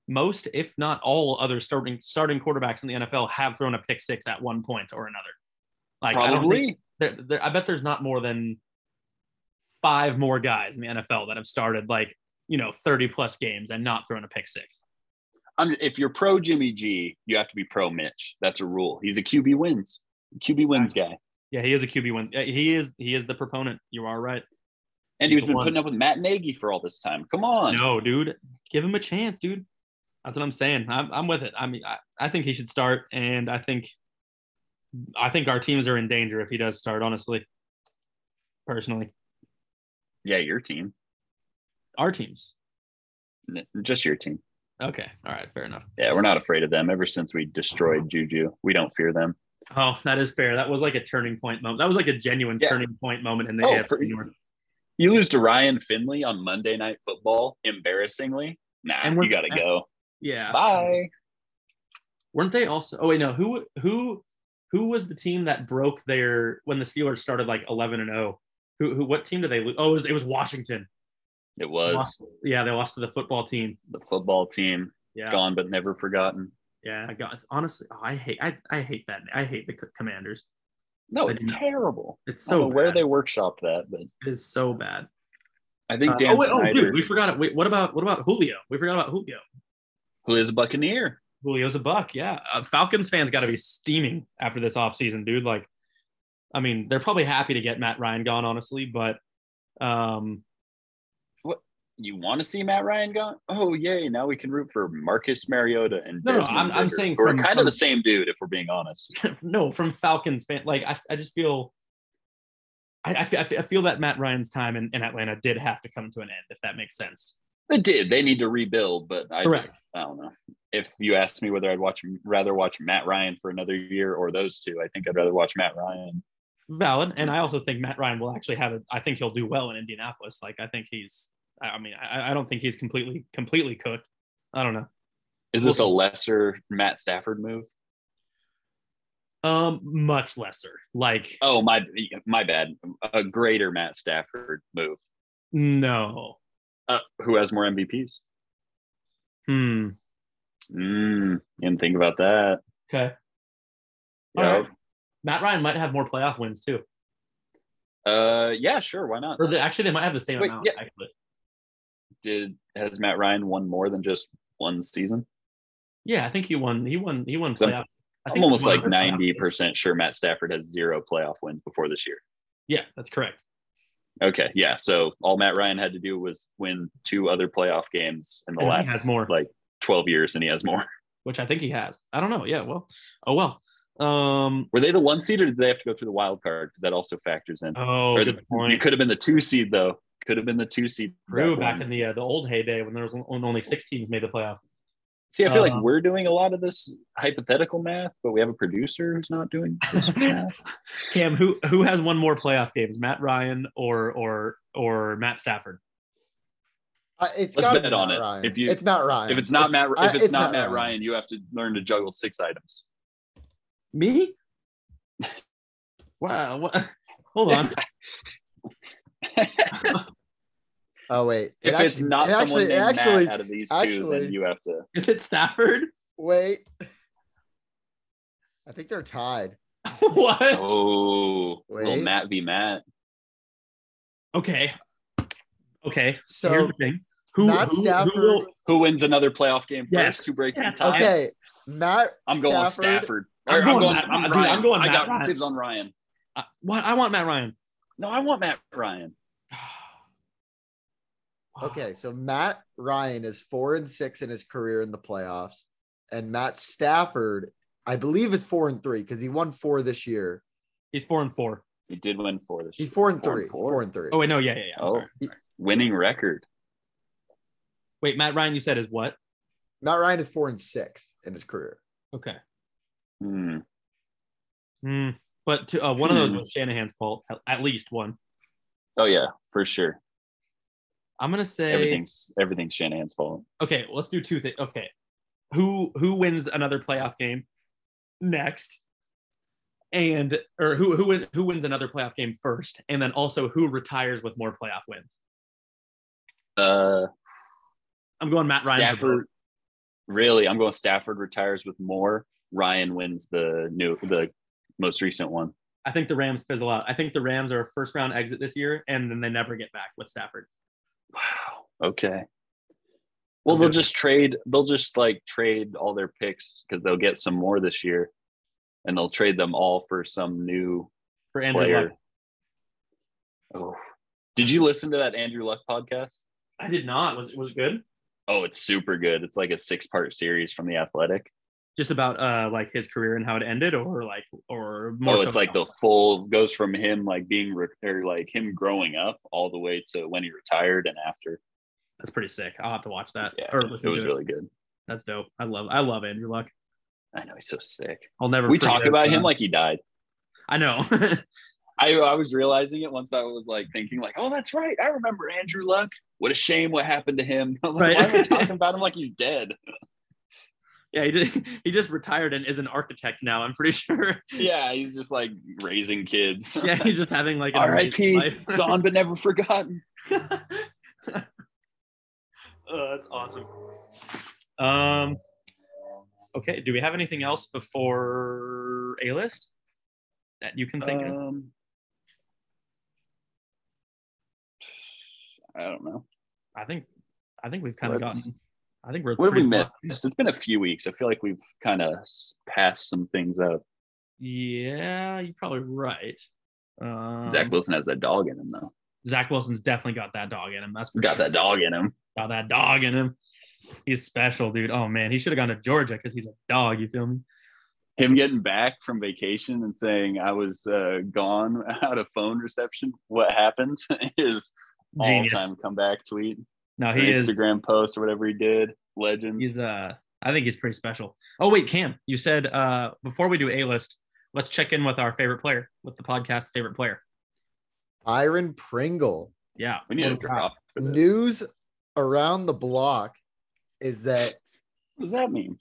A: most if not all other starting starting quarterbacks in the NFL have thrown a pick six at one point or another like I, don't think,
B: Probably.
A: there, there, I bet there's not more than five more guys in the NFL that have started like you know 30 plus games and not thrown a pick six
B: I'm, if you're pro Jimmy G, you have to be pro Mitch. That's a rule. He's a QB wins. QB wins guy.
A: yeah he is a QB one he is he is the proponent you are right
B: And
A: He's
B: he's
A: the
B: been
A: one.
B: putting up with Matt Nagy for all this time. Come on.
A: No, dude, give him a chance, dude. That's what I'm saying. I'm, I'm with it. I mean, I, I think he should start, and I think, I think our teams are in danger if he does start. Honestly, personally,
B: Yeah, your team.
A: our teams.
B: N- Just your team.
A: Okay, all right, fair enough.
B: Yeah, we're not afraid of them. Ever since we
A: Uh-huh.
B: destroyed Juju, we don't fear them.
A: Oh, that is fair. That was like a turning point moment. That was like a genuine
B: Yeah.
A: turning point moment in the
B: Oh,
A: AFC
B: for-
A: North.
B: You lose to Ryan Finley on Monday Night Football, embarrassingly. Nah,
A: And we're-
B: you got to go.
A: Yeah.
B: Bye.
A: Weren't they also? Oh wait, no. Who who who was the team that broke their when the Steelers started like 11 and 0? Who who? What team did they lose? Oh, it was, it was Washington.
B: It was
A: Lost- yeah, they lost to the football team.
B: the football team
A: Yeah,
B: gone but never forgotten.
A: yeah. I got honestly, oh, I hate, I, I hate that. I hate the C- Commanders.
B: No,
A: I
B: it's
A: didn't-
B: terrible.
A: It's
B: So
A: so
B: Oh, where
A: bad.
B: they workshopped that, but
A: It is so bad.
B: I think
A: Uh,
B: Dan
A: oh, wait, oh, dude,
B: Snyder,
A: we forgot it. Wait, what about what about Julio? We forgot about Julio.
B: who is a Buccaneer,
A: Julio's a buck. Yeah, uh, Falcons fans got to be steaming after this offseason, dude. Like, I mean, they're probably happy to get Matt Ryan gone, honestly. But um,
B: you want to see Matt Ryan gone? Oh, yay. Now we can root for Marcus Mariota and
A: No, no,
B: Desmond
A: I'm- I'm
B: Ridder,
A: saying
B: who are
A: from-
B: kind
A: from-
B: of the same dude, if we're being honest.
A: no, from Falcons fan, like I, I just feel. I, I, fe- I fe- I feel that Matt Ryan's time in, in Atlanta did have to come to an end, if that makes sense.
B: They did. They need to rebuild, but I
A: Correct.
B: just, I don't know. If you asked me whether I'd watch rather watch Matt Ryan for another year or those two, I think I'd rather watch Matt Ryan.
A: valid and i also think matt ryan will actually have a i think he'll do well in indianapolis like i think he's i I mean i, I don't think he's completely completely cooked i don't know
B: Is this a lesser Matt Stafford move?
A: um much lesser like
B: Oh my, my bad. A greater Matt Stafford move.
A: no
B: Uh, who has more MVPs?
A: hmm
B: Mm, didn't think about that.
A: okay All
B: Yeah.
A: right. matt ryan might have more playoff wins too
B: Uh, yeah, sure. Why not?
A: or they, actually they might have the same
B: Wait,
A: amount
B: yeah.
A: actually
B: did has Matt Ryan won more than just one season?
A: yeah i think he won he won he won
B: So I'm-
A: playoff I think
B: I'm
A: he
B: almost
A: won
B: like
A: over playoff
B: ninety
A: wins.
B: percent sure Matt Stafford has zero playoff wins before this year.
A: yeah that's correct
B: Okay, yeah. So all Matt Ryan had to do was win two other playoff games in the
A: And he
B: last
A: has more.
B: like twelve years, and he has more.
A: which i think he has i don't know yeah well oh well um
B: Were they the one seed, or did they have to go through the wild card? Because that also factors in.
A: oh
B: Or
A: good
B: You
A: point
B: could have been the two seed though. Could have been the two seed.
A: True,
B: that
A: back
B: won.
A: in the uh, the old heyday when there was on- only six teams made the playoffs.
B: See, I feel
A: uh,
B: like we're doing a lot of this hypothetical math, but we have a producer who's not doing
A: (laughs)
B: this math.
A: Cam, who who has won more playoff games, Matt Ryan or or or Matt Stafford?
C: Uh, it's
B: Let's
C: got to
B: bet
C: be
B: on
C: Matt
B: it.
C: Ryan.
B: If you-
C: it's Matt Ryan.
B: If it's not Matt,
C: I-
B: if it's, not Matt Ryan, you have to learn to juggle six items.
A: Me? (laughs)
B: (laughs)
A: Wow. What? Hold on.
C: Oh wait. It
B: If
C: actually-
B: it's not
C: it
B: someone
C: actually, it
B: named
C: actually,
B: Matt out of these two,
C: actually-
B: then you have
C: (laughs)
B: to.
A: Is it Stafford? (laughs)
C: wait. (laughs) I think they're tied.
A: what?
B: Oh, well,
C: Wait.
B: Matt v. Matt.
A: Okay. Okay.
C: So,
A: Here's the thing. Who,
C: Matt
A: who,
C: Stafford.
A: who will,
B: Who wins another playoff game
A: Yes.
B: first? Who breaks
A: Yes.
B: the tie?
C: Okay. Matt
B: I'm going
C: Stafford.
B: Stafford. Stafford.
A: I'm
B: Or
A: going Matt-
B: I'm
A: dude, I'm
B: Ryan.
A: going
B: I
A: Matt
B: got
A: Ryan.
B: dibs on Ryan.
A: uh, what? I want Matt Ryan. (sighs)
B: No, I want Matt Ryan.
C: Okay, so Matt Ryan is four and six in his career in the playoffs, and Matt Stafford, I believe, is four and three because he won four this year.
A: He's four and four.
B: He did win four this year.
C: He's four and
B: Four and
C: three.
B: four?
C: Four and three.
A: Oh wait, no, yeah, yeah, yeah. I'm
B: Oh.
A: sorry.
B: Winning record.
A: Wait, Matt Ryan, you said is what?
C: Matt Ryan is four and six in his career.
A: Okay.
B: Hmm.
A: Hmm. But to, uh, one of those
B: Hmm.
A: was Shanahan's fault. At, at least one.
B: Oh yeah, for sure.
A: I'm gonna say.
B: Everything's everything's Shanahan's fault.
A: Okay, let's do two things. Okay, who who wins another playoff game next, and or who who win, who wins another playoff game first, and then also who retires with more playoff wins?
B: Uh,
A: I'm going Matt Ryan. for both.
B: Stafford. Really, I'm going Stafford retires with more. Ryan wins the new the most recent one.
A: I think the Rams fizzle out. I think the Rams are a first round exit this year, and then they never get back with Stafford.
B: Wow. Okay. Well, they'll just trade. They'll just like trade all their picks because they'll get some more this year, and they'll trade them all for some new
A: For Andrew Luck,
B: player. Oh. Did you listen to that Andrew Luck podcast?
A: I did not. Was was it good?
B: Oh, it's super good. It's like a six part series from The Athletic.
A: Just about uh like his career and how it ended, or like or more.
B: oh,
A: so
B: it's like the full goes from him like being re- or like him growing up all the way to when he retired and after.
A: that's pretty sick. I'll have to watch that
B: Yeah,
A: or
B: it was
A: listen to it.
B: really good.
A: That's dope. I love I love Andrew Luck.
B: I know he's so sick.
A: I'll never.
B: We talk
A: forget,
B: about
A: uh,
B: him like he died.
A: I know. (laughs)
B: I, I was realizing it once I was like thinking like, oh, that's right. I remember Andrew Luck. What a shame what happened to him. (laughs) I was like,
A: Right. (laughs)
B: why are we talking about him like he's dead?
A: yeah, he just he just retired and is an architect now. I'm pretty (laughs) sure.
B: Yeah, he's just like raising kids.
A: Yeah, he's just having like an
B: R.I.P.
A: amazing life. (laughs)
B: Gone but never forgotten.
A: oh, that's awesome. Um. Okay. Do we have anything else before a list that you can think of?
B: Um, (sighs) I don't know.
A: I think I think we've kind of
B: let's-
A: gotten. I think we're.
B: What have we
A: pretty
B: missed?
A: well-
B: It's been a few weeks. I feel like we've kind of passed some things up.
A: Yeah, you're probably right. Um,
B: Zach Wilson has that dog in him, though.
A: Zach Wilson's definitely got that dog in him. That's for
B: Got
A: sure.
B: that dog in him.
A: Got that dog in him. He's special, dude. Oh man, he should have gone to Georgia because he's a dog. You feel me?
B: Him getting back from vacation and saying I was uh, gone (laughs) out of phone reception. What happened? (laughs) His
A: Genius.
B: all-time comeback tweet,
A: No,
B: or
A: he is.
B: Instagram post, or whatever he did. Legend.
A: He's uh, I think he's pretty special. Oh wait, Cam, you said uh before we do a list, let's check in with our favorite player, with the podcast's favorite player.
C: Byron Pringle.
A: Yeah,
B: we need a drop. For this.
C: News around the block is that
B: What does that mean?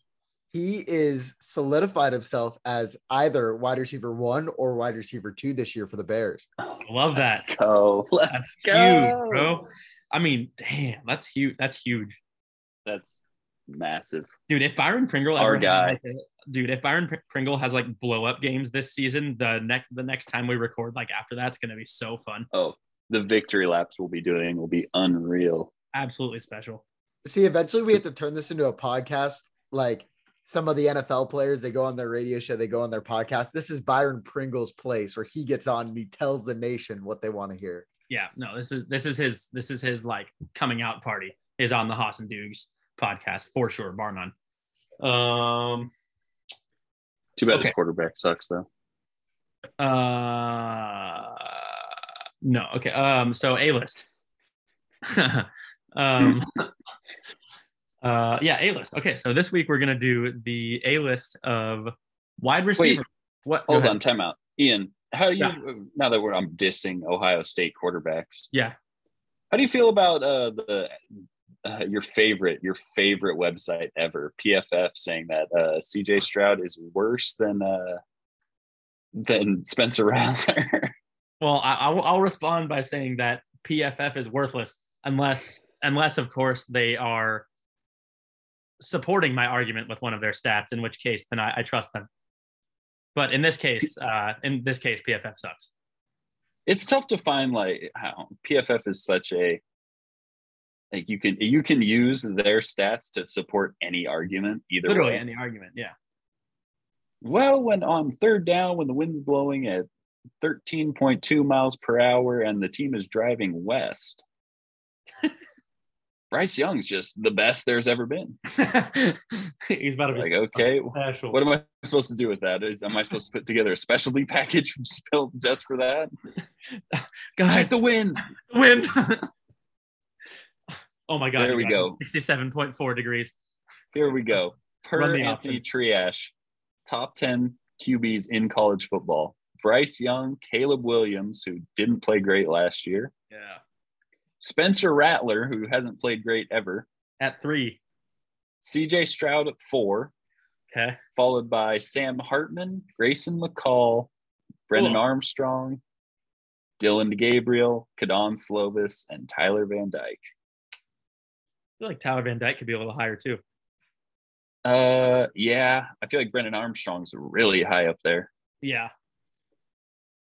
C: he is solidified himself as either wide receiver one or wide receiver two this year for the Bears.
A: I love that.
B: Let's go.
A: (laughs) That's
B: Let's
A: huge,
B: go,
A: bro. I mean, damn, that's huge. That's huge,
B: That's massive.
A: dude. If Byron Pringle,
B: Our
A: ever has,
B: guy.
A: like, a- dude, if Byron Pr- Pringle has like blow up games this season, the next the next time we record, like after that's gonna be so fun.
B: Oh, the victory laps we'll be doing will be unreal.
A: Absolutely special.
C: See, eventually we have to turn this into a podcast. Like some of the NFL players, they go on their radio show, they go on their podcast. This is Byron Pringle's place where he gets on and he tells the nation what they want to hear.
A: yeah no this is this is his this is his like coming out party is on the Haas and Dukes podcast for sure bar none um
B: Too bad
A: Okay.
B: his quarterback sucks though.
A: uh no okay um so a list (laughs)
B: (laughs)
A: um (laughs) uh yeah a list okay so this week we're gonna do the a list of wide receiver what go
B: Hold
A: ahead.
B: on, time out. Ian, how do you
A: Yeah.
B: now that we're I'm dissing Ohio State quarterbacks?
A: yeah
B: How do you feel about uh, the uh, your favorite your favorite website ever PFF saying that uh, CJ Stroud is worse than uh, than Spencer Rattler? (laughs)
A: well I, I'll, I'll respond by saying that pff is worthless unless unless of course they are supporting my argument with one of their stats, in which case then I, I trust them. But in this case, uh, in this case, PFF sucks.
B: It's tough to find like how PFF is such a like you can you can use their stats to support any argument either
A: Literally
B: way.
A: any argument, yeah.
B: well, when on third down, when the wind's blowing at 13.2 miles per hour and the team is
A: (laughs)
B: driving west, Bryce Young's just the best there's ever been.
A: (laughs) He's about to be
B: Like, okay,
A: special.
B: what am I supposed to do with that? Is, am I supposed to put together a specialty package from Spill just
A: (laughs)
B: for that?
A: Guys,
B: Check the wind.
A: wind. (laughs) oh my god!
B: There
A: you
B: we
A: guys,
B: go.
A: Sixty-seven point four degrees.
B: Here we go. Per
A: Run the
B: Anthony Triash, top 10 QBs in college football. Bryce Young, Caleb Williams, who didn't play great last year.
A: Yeah.
B: Spencer Rattler, who hasn't played great ever.
A: At three.
B: CJ Stroud at four,
A: Okay.
B: followed by Sam Hartman, Grayson McCall, Brendan
A: Cool.
B: Armstrong, Dylan Gabriel, Kadon Slovis, and Tyler Van Dyke.
A: I feel like Tyler Van Dyke could be a little higher too.
B: Uh, yeah, I feel like Brendan Armstrong's really high up there.
A: Yeah.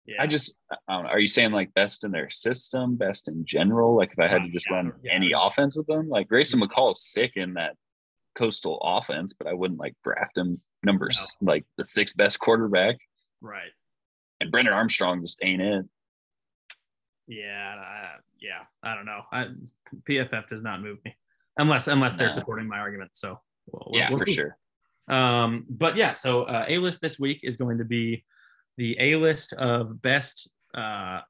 A: Yeah.
B: I just, I don't know, are you saying like best in their system, best in general? Like if I had to just
A: Yeah,
B: run
A: Uh, yeah. Mm-hmm.
B: any offense with them, like Grayson McCall is sick in that coastal offense, but I wouldn't like draft him number s like the sixth best quarterback.
A: right.
B: And Brendan Armstrong just ain't it.
A: Yeah. I, yeah. I don't know. I, PFF does not move me unless unless they're
B: No.
A: supporting my argument. So we'll- we'll-
B: Yeah,
A: we'll
B: for
A: see.
B: sure.
A: Um, but yeah, so uh, A list this week is going to be the A list of best uh,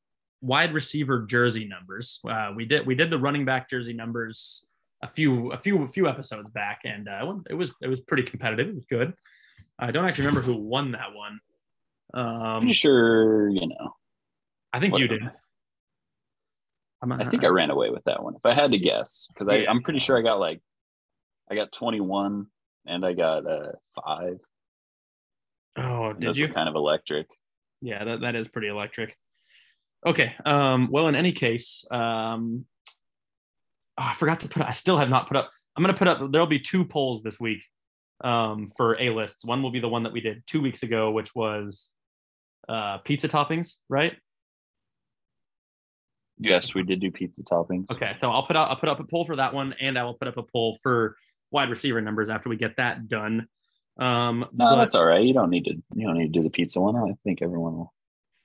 A: wide receiver jersey numbers. Uh, we did we did the running back jersey numbers a few a few a few episodes back, and uh, it was it was pretty competitive. It was good. I don't actually remember who won that one.
B: I'm
A: Um,
B: sure you know.
A: I think you did.
B: whatever.
A: I'm,
B: I think I ran away with that one. If I had to guess, because
A: Yeah.
B: I'm pretty sure I got like, I got 21 and I got uh, five.
A: oh,
B: And
A: did
B: those
A: you?
B: were kind of electric.
A: yeah that, that is pretty electric okay um well in any case um oh, i forgot to put i still have not put up i'm going to put up there'll be two polls this week um for a lists one will be the one that we did two weeks ago which was uh pizza toppings right
B: Yes, we did do pizza toppings.
A: okay so i'll put out i'll put up a poll for that one and i will put up a poll for wide receiver numbers after we get that done um
B: No,
A: but
B: that's all right. You don't need to. You don't need to do the pizza one. I think everyone will.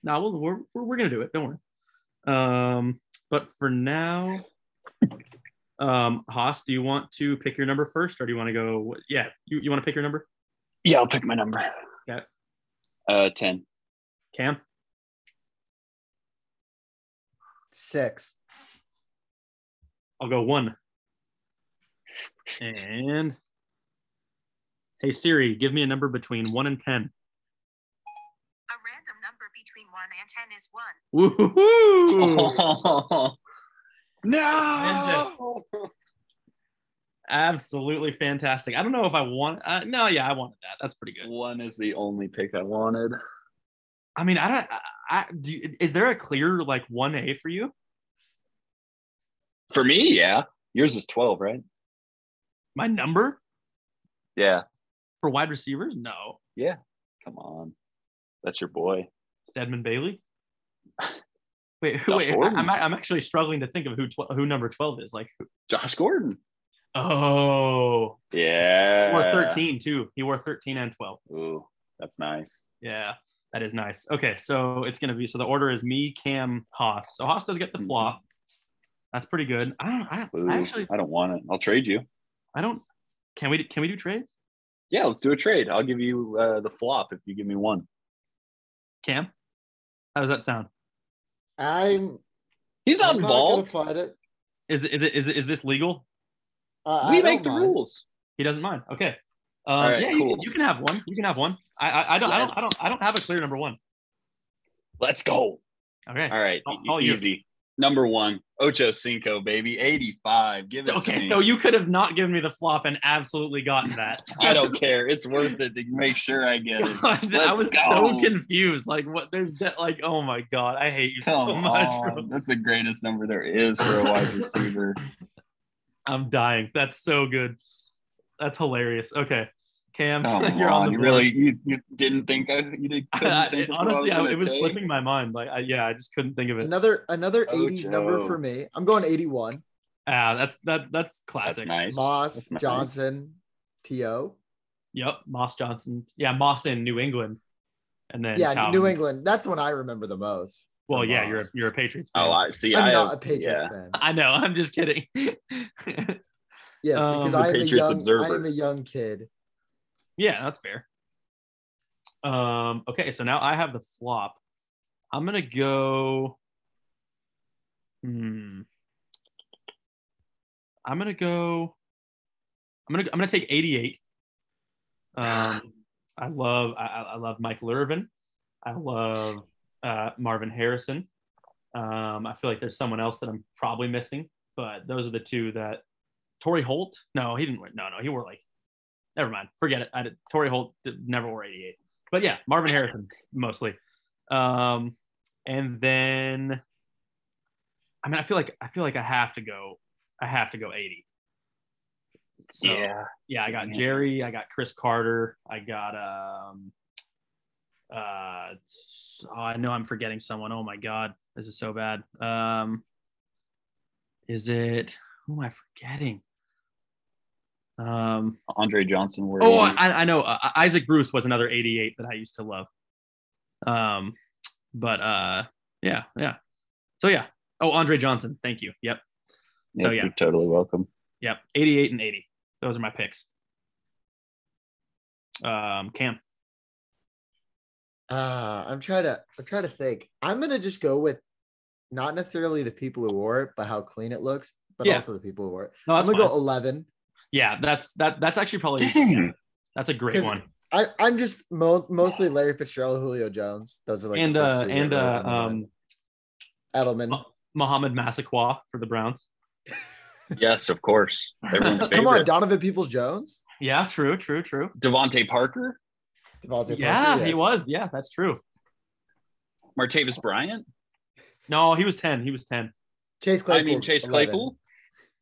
A: No, we'll, we're, we're, we're gonna do it. Don't worry. Um, but for now, um, Haas, do you want to pick your number first, or do you want to go? Yeah, you, you want to pick your number,
B: Yeah, I'll pick my number.
A: Okay.
B: Uh, (laughs) ten.
A: Cam?
C: Six.
A: I'll go one. And hey Siri, give me a number between one and ten.
D: A random number between 1 and 10 is 1.
A: Woohoo!
B: (laughs) no.
A: Absolutely fantastic. I don't know if I want. Uh, no, yeah, I wanted that. That's pretty good.
B: One is the only pick I wanted.
A: I mean, I don't. I, I do. you- Is there a clear like one A for you?
B: For me, yeah. Yours is twelve, right?
A: My number?
B: Yeah.
A: for wide receivers? No.
B: Come on. That's your boy.
A: Stedman Bailey. (laughs) Wait, who-
B: Josh
A: wait. I,
B: Gordon.
A: I'm, I'm actually struggling to think of who tw- who number twelve is. Like, who-
B: Josh Gordon.
A: oh,
B: Yeah.
A: he wore thirteen too. He wore thirteen and twelve.
B: Ooh, that's nice.
A: Yeah, that is nice. Okay, so it's gonna be so the order is me, Cam, Haas. So Haas does get the
B: Mhm.
A: flop. That's pretty good. I don't. I,
B: Ooh,
A: I actually.
B: I don't want it. I'll trade you.
A: I don't. Can we can we do trades?
B: Yeah, let's do a trade. I'll give you uh, the flop if you give me one.
A: Cam, how does that sound?
C: I'm.
B: He's not
C: I'm not gonna
B: involved.
C: fight it.
A: Is it- is it, is, it, is this legal?
C: Uh, I
B: we
C: don't
B: make the
C: mind.
B: rules.
A: He doesn't mind. Okay. Um,
B: right,
A: yeah, you,
B: cool.
A: can, you can have one. You can have one. I, I, I don't. I don't. I
B: Yes.
A: don't. I don't have a clear number one.
B: Let's go.
A: Okay.
B: All right.
A: I'll- I'll
B: easy. Number one, Ocho Cinco, baby, 85. Give it to
A: Okay,
B: me.
A: so you could have not given me the flop and absolutely gotten that.
B: (laughs) I don't care. It's worth it to make sure I get
A: (laughs)
B: it.
A: God, I
B: Let's
A: was
B: go.
A: so confused. Like, what? There's de- like, oh my god, I hate you
B: Come
A: so (laughs) much. bro.
B: on. That's the greatest number there is for
A: (laughs)
B: a wide receiver.
A: I'm dying. That's so good. That's hilarious. Okay, Cam, (laughs)
B: Come
A: you're
B: on.
A: on the
B: you
A: board.
B: really you, you didn't think I
A: (laughs)
B: you did
A: I- I-
B: think of who I
A: honestly, I,
B: gonna
A: it was
B: take?
A: slipping my mind. Like, I, yeah, I just couldn't think of it.
C: Another another 80s number
B: Ocho.
C: for me. I'm going 81.
A: Ah, that's that. That's
B: That's
A: classic.
B: nice.
C: Moss,
B: That's nice.
C: Johnson, T.O.
A: Yep, Moss Johnson. Yeah, Moss in New England, and then
C: Yeah,
A: Cowan.
C: New England. That's when I remember the most.
A: Well, yeah,
C: Moss.
A: you're a, you're a Patriots. fan.
B: Oh, I see.
C: I'm
B: I
C: not
B: have-
C: a Patriots
B: yeah.
C: fan.
A: (laughs) I know. I'm just kidding. (laughs)
C: Yes,
A: Um,
C: because
A: The
C: I am, a
B: Patriots
C: young, I
B: Observer.
C: am a young kid.
A: yeah, that's fair. Um. Okay, so now I have the flop. I'm gonna go. Hmm. I'm gonna go. I'm gonna I'm gonna take 88. Um, I love I, I- I love Michael Irvin. I love uh, Marvin Harrison. Um, I feel like there's someone else that I'm probably missing, but those are the two that. Torrey Holt? No, he didn't wear. No, no, he wore like. Never mind. Forget it. I did, Torrey Holt did, never wore 88. But yeah, Marvin Harrison mostly. Um, and then, I mean, I feel like I feel like I have to go. I have to go 80. So,
B: Yeah.
A: yeah, I got
B: Dang it.
A: Jerry, I got Chris Carter, I got um uh s- oh, I know I'm forgetting someone. Oh my god, this is so bad. Um is it who am I forgetting? Um
B: Andre Johnson wore
A: oh
B: one.
A: I, I know uh, Isaac Bruce was another 88 that I used to love. Um but uh yeah, yeah. So yeah. Oh, Andre Johnson. Thank you. Yep. so, yeah.
B: You're totally welcome.
A: Yep, 88 and 80. Those are my picks. Um, Cam.
C: Uh, I'm trying to I'm trying to think. I'm gonna just go with not necessarily the people who wore it, but how clean it looks, but
A: Yeah.
C: also the people who wore it.
A: No,
C: I'm
A: that's
C: gonna
A: fine.
C: go 11.
A: Yeah, that's that. That's actually probably
B: Dang.
A: that's a great
C: 'Cause
A: one.
C: I, I'm just mo- mostly Larry Fitzgerald, Julio Jones. Those are like the
A: and
C: first
A: uh,
C: three that
A: and
C: really
A: uh,
C: come to mind.
A: um,
C: Edelman.
A: Mo- Muhammad Massaqua for the Browns.
B: Yes, of course.
A: (laughs)
B: Everyone's
C: Come on,
B: favorite.
C: Donovan Peoples Jones.
A: Yeah, true, true, true.
B: Devontae Parker,
C: Devontae
A: yeah,
C: Parker,
A: he
C: yes.
A: was. Yeah, that's true.
B: Martavis Bryant.
A: No, he was ten. He was ten.
C: Chase
B: I
C: Claypool.
B: mean Chase Claypool,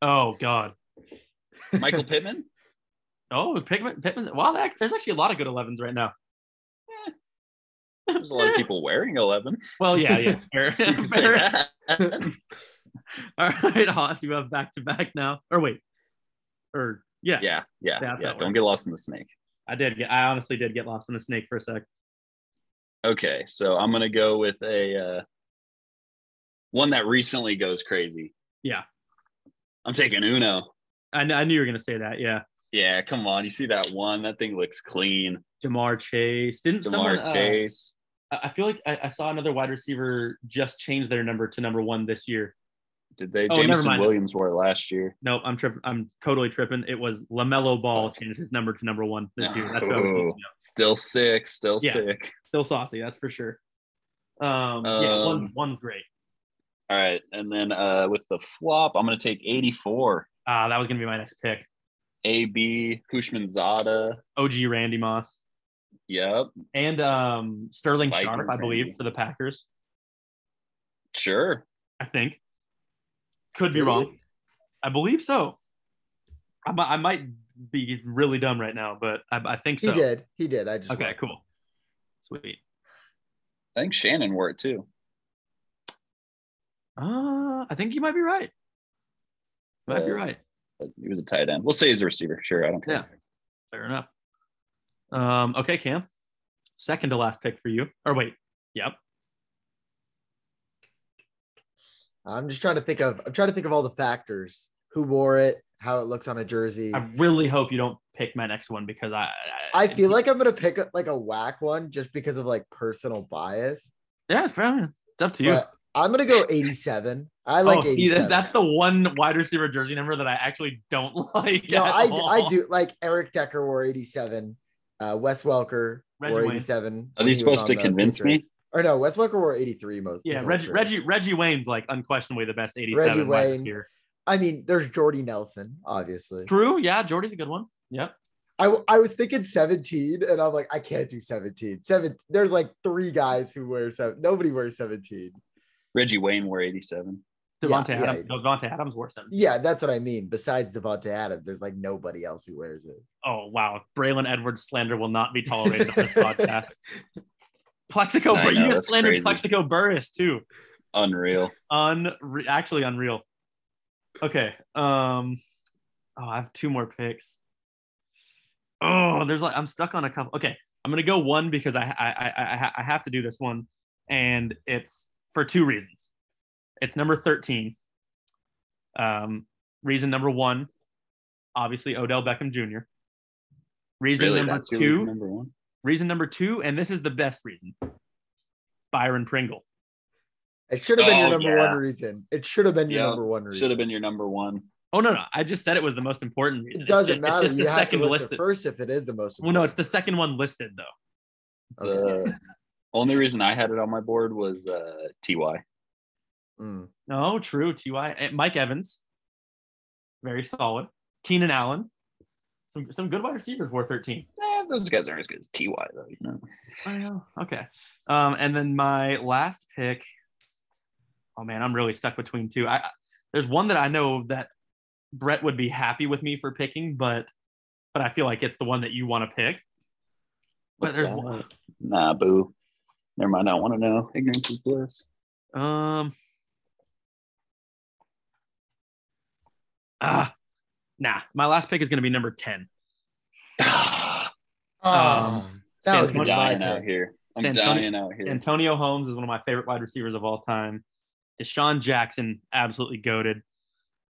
A: Oh God.
B: Michael Pittman.
A: Oh, Pittman. Pittman. Wow, that, there's actually a lot of good 11s right now.
B: There's a lot of people wearing 11.
A: Well, yeah, (laughs)
B: (laughs)
A: yeah. fair.
B: You can say
A: Fair.
B: that.
A: (laughs) All right, Haas, you have back to back now. Or wait, or yeah,
B: Yeah, yeah,
A: That's
B: yeah.
A: how it
B: Don't
A: works.
B: get lost in the snake.
A: I did get. I honestly did get lost in the snake for a sec.
B: Okay, so I'm gonna go with a uh, one that recently goes crazy.
A: Yeah.
B: I'm taking Uno.
A: I, kn- I knew you were gonna say that. Yeah,
B: Yeah, come on. You see that one? That thing looks clean.
A: Jamar Chase. Didn't someone?
B: Jamar
A: uh,
B: Chase.
A: I I feel like I, I saw another wide receiver just change their number to number one this year.
B: Did they?
A: oh, never
B: Jameson
A: mind.
B: Williams wore it last year.
A: Nope, I'm tripping. I'm totally tripping. It was Lamelo Ball changed his number to number one this year. That's what I was thinking
B: Oh,
A: of.
B: still sick. Still
A: Yeah.
B: sick.
A: Still saucy, that's for sure. Um, yeah, one
B: Um,
A: one's great.
B: All right, and then uh, with the flop, I'm gonna take 84.
A: Ah, that was gonna be my next pick.
B: AB Hushmanzada.
A: OG Randy Moss
B: Yep,
A: and um, Sterling
B: Viking
A: Sharp, I believe,
B: Randy.
A: for the Packers.
B: sure.
A: I think. Could be
C: Really?
A: wrong. I believe so. I, mi- I might be really dumb right now, but I, I think
C: He
A: so.
C: did. He did. I just
A: Okay, cool. Sweet.
B: I think Shannon wore it too.
A: Uh, I think you might be right. Might be
B: Yeah.
A: right.
B: But he was a tight end. We'll say he's a receiver. Sure, I don't care.
A: Fair enough. Um, okay, Cam. Second to last pick for you. Or wait. Yep.
C: I'm just trying to think of I'm trying to think of all the factors. Who wore it, how it looks on a jersey.
A: I
C: i
A: really hope you don't pick my next one because I.
C: feel like I'm gonna pick a, like a whack one just because of like personal bias.
A: Yeah, it's fine. It's up to you.
C: But I'm gonna go 87. I like
A: oh, see,
C: 87.
A: that- that's the one wide receiver jersey number that I actually don't (laughs) like.
C: no,
A: at
C: I, I
A: all.
C: do like Eric Decker wore 87. Uh, Wes Welker
A: Reggie
C: wore
A: Wayne.
B: Are
C: 87. when
B: they
C: he was
B: supposed
C: on
B: to
C: the
B: convince me?
C: Patriots. Or no, Wes Welker wore 83 most.
A: (laughs) Yeah,
C: his whole
A: Reggie
C: career.
A: Reggie Reggie Wayne's like unquestionably the best 87
C: Reggie
A: last
C: Wayne.
A: year.
C: I mean, there's Jordy Nelson, obviously.
A: True, yeah, Jordy's a good one. Yep.
C: I, w- I was thinking 17, and I'm like, I can't do 17. Seven, there's like three guys who wear seven. Nobody wears 17.
B: Reggie Wayne wore 87.
C: Yeah,
A: Devontae
C: yeah.
A: Adams. Devontae Adams wore seven.
C: Yeah, that's what I mean. Besides Devonte Adams, there's like nobody else who wears it.
A: Oh wow, Braylon Edwards slander will not
C: (laughs)
A: be tolerated on this podcast. Plexico,
B: I
A: but you
B: know,
A: just
B: that's
A: slandered
B: crazy.
A: Plexico Burris too. (laughs)
B: Unreal.
A: Unre- actually unreal. Okay. Um. Oh, I have two more picks. Oh, there's like I'm stuck on a couple. Okay, I'm gonna go one because I I I- I, ha- I have to do this one, and it's for two reasons. It's number thirteen. Um, reason number one, obviously Odell Beckham Jr. Reason
B: Really,
A: number
B: that's
A: two.
B: who was number one.
A: Reason number two, and this is the best reason Byron Pringle.
C: It should have been your
B: Oh,
C: number
B: yeah.
C: one reason. It should have been your
B: Yeah,
C: number one reason.
B: Should have been your number one.
A: Oh, no, no. I just said it was the most important reason.
C: It
B: (laughs)
C: doesn't
A: It's-
C: matter.
A: It's just
C: you
A: the
C: have to
A: second
C: list it
A: listed.
C: first if it is the most.
A: Well, no, it's
C: important.
A: the second one listed, though.
C: Okay.
B: The only reason I had it on my board was uh, Ty.
C: (laughs) Mm.
A: No, true. T.Y. eh, Mike Evans, very solid. Keenan Allen. Some, some good wide receivers wore 13.
B: Eh, those guys aren't as good as Ty though. You know,
A: I know. Oh, Okay. Um, and then my last pick. Oh man, I'm really stuck between two. I I- there's one that I know that Brett would be happy with me for picking, but but I feel like it's the one that you want to pick. But
B: What's
A: there's
B: that?
A: one.
B: nah, boo. Never mind. I don't want to know. Ignorance is bliss. (sighs)
A: Um. Ah, nah. My last pick is going to be number ten.
C: Ah, that
A: Sam
C: was
B: I'm
C: one
A: Antonio-
C: of my
B: um, dying out
C: pick. (sighs)
B: here. I'm
A: Santonio-
B: dying out here.
A: Antonio Holmes is one of my favorite wide receivers of all time. Deshaun Jackson, absolutely goaded.